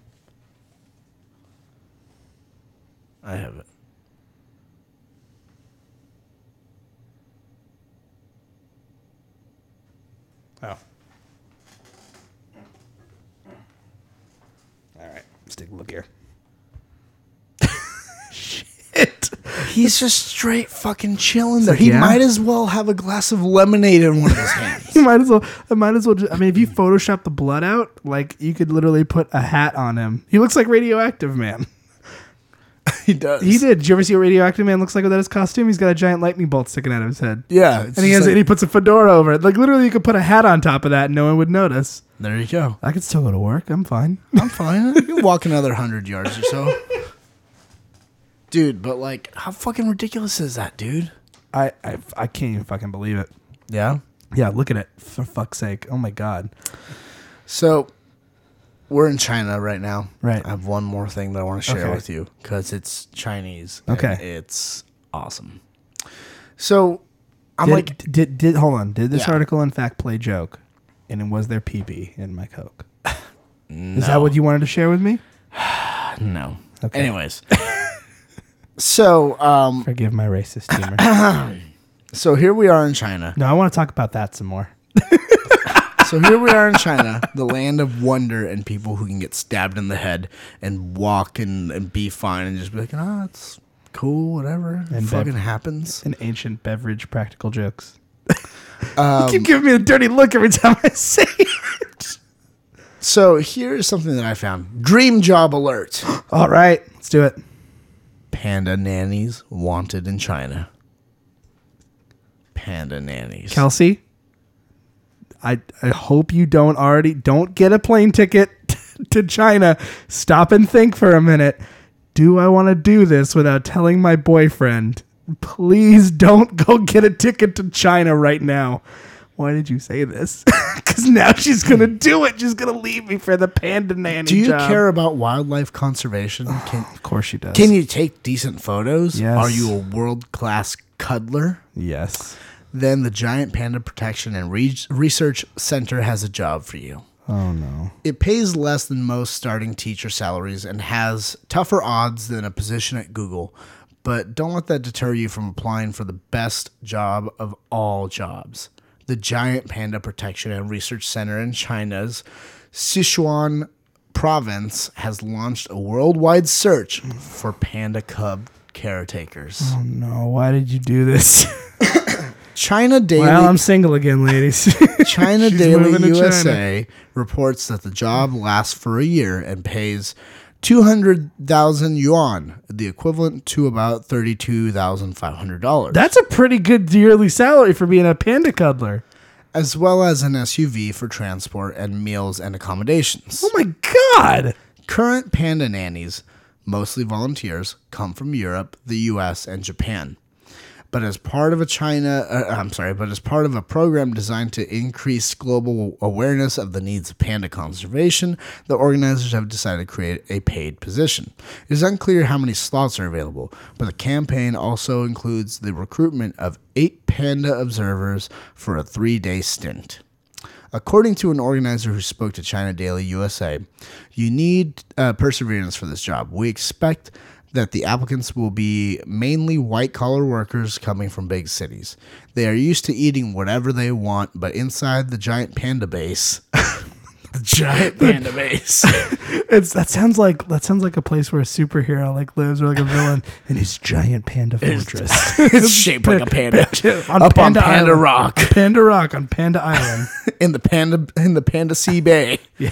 Speaker 2: I have it.
Speaker 1: Oh. All right. Let's take a look here.
Speaker 2: He's just straight fucking chilling there.
Speaker 1: like,
Speaker 2: He
Speaker 1: yeah.
Speaker 2: might as well have a glass of lemonade in one of his hands.
Speaker 1: You might as well. I might as well. Just, I mean, if you Photoshop the blood out, like you could literally put a hat on him. He looks like Radioactive Man.
Speaker 2: he does.
Speaker 1: He did. Did you ever see what Radioactive Man looks like without his costume? He's got a giant lightning bolt sticking out of his head.
Speaker 2: Yeah.
Speaker 1: And he has, and he puts a fedora over it. Like literally, you could put a hat on top of that, and no one would notice.
Speaker 2: there you go.
Speaker 1: I could still go to work. I'm fine.
Speaker 2: I'm fine. You can walk another hundred yards or so. Dude, but like, how fucking ridiculous is that, dude?
Speaker 1: I, I, I can't even fucking believe it.
Speaker 2: Yeah.
Speaker 1: Yeah, look at it. For fuck's sake. Oh my god.
Speaker 2: So, we're in China right now.
Speaker 1: Right.
Speaker 2: I have one more thing that I want to share
Speaker 1: Okay.
Speaker 2: with you because it's Chinese. and
Speaker 1: Okay.
Speaker 2: It's awesome. So, I'm
Speaker 1: did,
Speaker 2: like,
Speaker 1: did, did hold on. Did this
Speaker 2: Yeah.
Speaker 1: article in fact play joke? And it was there pee pee in my coke. Is that what you wanted to share with me?
Speaker 2: no.
Speaker 1: Okay.
Speaker 2: Anyways. so, um,
Speaker 1: Forgive my racist humor.
Speaker 2: so here we are in China.
Speaker 1: no, I want to talk about that some more.
Speaker 2: So here we are in China, the land of wonder and people who can get stabbed in the head and walk and, and be fine and just be like, ah, it's cool, whatever. it
Speaker 1: And
Speaker 2: fucking
Speaker 1: bev-
Speaker 2: happens.
Speaker 1: An ancient beverage practical jokes. you keep giving me a dirty look every time I say it.
Speaker 2: So here's something that I found. Dream job alert.
Speaker 1: All right, let's do it.
Speaker 2: Panda nannies wanted in China. Panda nannies.
Speaker 1: Kelsey, I I hope you don't already don't get a plane ticket to China. Stop and think for a minute. Do I want to do this without telling my boyfriend? Please don't go get a ticket to China right now. Why did you say this? Because now she's gonna do it. She's gonna leave me for the panda nanny.
Speaker 2: Do you
Speaker 1: job.
Speaker 2: care about wildlife conservation? Can,
Speaker 1: Of course she does.
Speaker 2: can you take decent photos?
Speaker 1: Yes.
Speaker 2: Are you a world class cuddler?
Speaker 1: Yes.
Speaker 2: then the Giant Panda Protection and Re- Research Center has a job for you.
Speaker 1: Oh no.
Speaker 2: It pays less than most starting teacher salaries and has tougher odds than a position at Google, but don't let that deter you from applying for the best job of all jobs. The Giant Panda Protection and Research Center in China's Sichuan province has launched a worldwide search for panda cub caretakers.
Speaker 1: Oh no. Why did you do this?
Speaker 2: China Daily
Speaker 1: well, I'm single again, ladies.
Speaker 2: China
Speaker 1: She's
Speaker 2: Daily
Speaker 1: moving to
Speaker 2: USA reports that the job lasts for a year and pays 200,000 yuan, the equivalent to about $32,500.
Speaker 1: That's a pretty good yearly salary for being a panda cuddler.
Speaker 2: as well as an SUV for transport and meals and accommodations.
Speaker 1: Oh my god!
Speaker 2: Current panda nannies, mostly volunteers, come from Europe, the US, and Japan. But as part of a China, uh, I'm sorry, but as part of a program designed to increase global awareness of the needs of panda conservation, the organizers have decided to create a paid position. It is unclear how many slots are available, but the campaign also includes the recruitment of eight panda observers for a three day stint. According to an organizer who spoke to China Daily USA, you need uh, perseverance for this job. We expect that the applicants will be mainly white collar workers coming from big cities. They are used to eating whatever they want, but inside the giant panda base, the giant panda base.
Speaker 1: It's that sounds like that sounds like a place where a superhero like lives or like a villain in his giant panda fortress.
Speaker 2: it's shaped like a panda.
Speaker 1: On
Speaker 2: Up on
Speaker 1: Panda
Speaker 2: Panda
Speaker 1: Island.
Speaker 2: Rock
Speaker 1: panda Rock on Panda Island.
Speaker 2: in the panda in the Panda Sea Bay. yeah.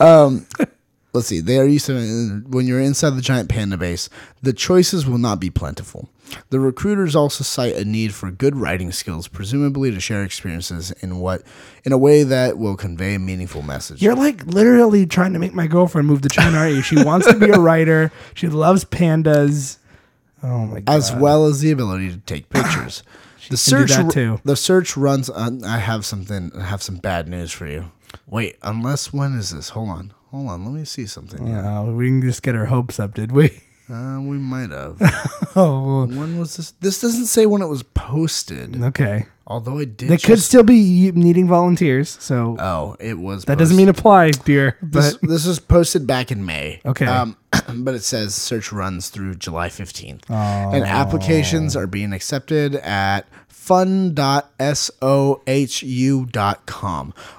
Speaker 2: Um, let's see. They are used to when you're inside the giant panda base. The choices will not be plentiful. The recruiters also cite a need for good writing skills, presumably to share experiences in what in a way that will convey a meaningful message.
Speaker 1: You're like literally trying to make my girlfriend move to China. Are you? She wants to be a writer. She loves pandas. Oh my god!
Speaker 2: as well as the ability to take pictures. the
Speaker 1: can
Speaker 2: search
Speaker 1: do that too.
Speaker 2: the search runs on I have something I have some bad news for you. Wait, unless when is this? Hold on. Hold on. Let me see something.
Speaker 1: Uh, we didn't just get her hopes up, did we?
Speaker 2: Uh, we might have.
Speaker 1: Oh, well,
Speaker 2: When was this? This doesn't say when it was posted.
Speaker 1: okay.
Speaker 2: Although I did.
Speaker 1: They could
Speaker 2: just-
Speaker 1: still be needing volunteers, so
Speaker 2: Oh, it was.
Speaker 1: that doesn't mean apply, dear. But
Speaker 2: This, this was posted back in May.
Speaker 1: Okay.
Speaker 2: Um, but it says search runs through July 15th. And
Speaker 1: Oh.
Speaker 2: applications are being accepted at fun.sohu.com.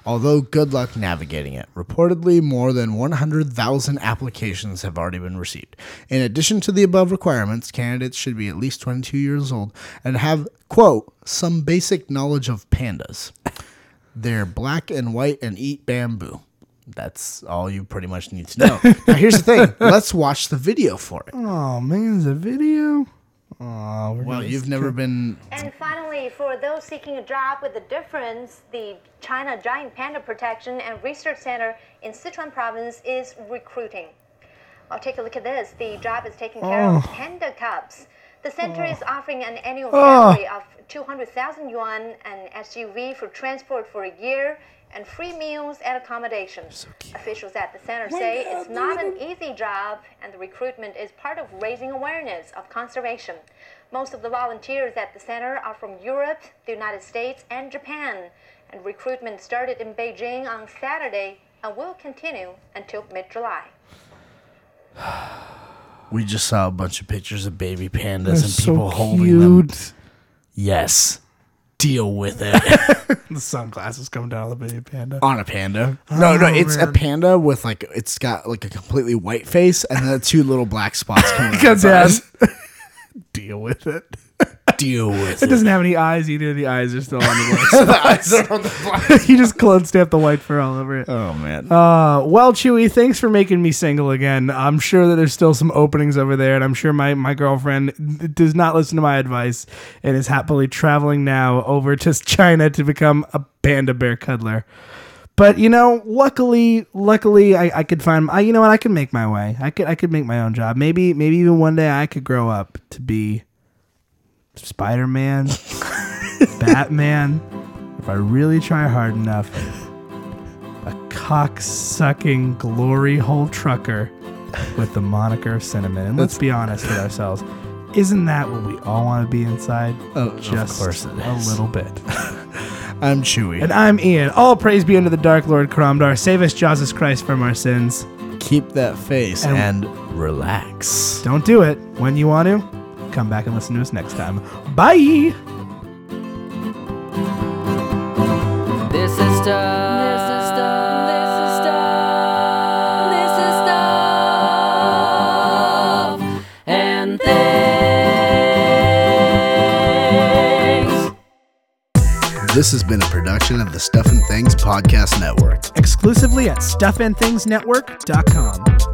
Speaker 2: Although good luck navigating it. Reportedly, more than 100,000 applications have already been received. In addition to the above requirements, candidates should be at least 22 years old and have, quote, some basic knowledge of pandas. They're black and white and eat bamboo. That's all you pretty much need to know. now, here's the thing. Let's watch the video for it.
Speaker 1: oh man, is a video. Oh, we're
Speaker 2: Well,
Speaker 1: gonna-
Speaker 2: you've never been.
Speaker 6: And finally, for those seeking a job with a difference, the China Giant Panda Protection and Research Center in Sichuan Province is recruiting. Well, take a look at this. The job is taking care of panda cubs. The center is offering an annual salary of 200,000 yuan, an SUV for transport for a year, and free meals and accommodation. Officials at the center say it's not an easy job, and the recruitment is part of raising awareness of conservation. Most of the volunteers at the center are from Europe, the United States, and Japan. And recruitment started in Beijing on Saturday and will continue until mid July.
Speaker 2: We just saw a bunch of pictures of baby pandas
Speaker 1: They're
Speaker 2: and
Speaker 1: so
Speaker 2: people holding them.
Speaker 1: cute.
Speaker 2: Yes. Deal with it.
Speaker 1: The sunglasses come down on the baby panda.
Speaker 2: On a panda. No, no, it's a panda with like, it's got like a completely white face and then two little black spots coming out. of
Speaker 1: Because
Speaker 2: its
Speaker 1: yeah,
Speaker 2: eyes.
Speaker 1: deal with it.
Speaker 2: Deal with
Speaker 1: It
Speaker 2: it.
Speaker 1: doesn't have any eyes either. The eyes are still on the
Speaker 2: The eyes are on the black.
Speaker 1: white. he just clone stamped the white fur all over it.
Speaker 2: Oh, man.
Speaker 1: Uh, well, Chewy, thanks for making me single again. I'm sure that there's still some openings over there, and I'm sure my, my girlfriend d- does not listen to my advice and is happily traveling now over to China to become a panda bear cuddler. But you know, luckily, luckily, I, I could find. I, you know what? I could make my way. I could I could make my own job. Maybe maybe even one day I could grow up to be Spider Man, Batman. If I really try hard enough cock sucking glory hole trucker with the moniker of cinnamon. And let's be honest with ourselves. Isn't that what we all want to be inside?
Speaker 2: Oh, of
Speaker 1: Just
Speaker 2: course it is.
Speaker 1: a little bit.
Speaker 2: I'm Chewy.
Speaker 1: And I'm Ian. All praise be unto the Dark Lord Kromdar. Save us, Jesus Christ, from our sins.
Speaker 2: Keep that face
Speaker 1: And-
Speaker 2: and relax.
Speaker 1: Don't do it when you want to. Come back and listen to us next time. Bye.
Speaker 4: This is stuff. This is stuff. This is stuff. This is stuff. And things.
Speaker 2: This has been a production of the Stuff and Things Podcast Network.
Speaker 1: Exclusively at stuffandthingsnetwork.com.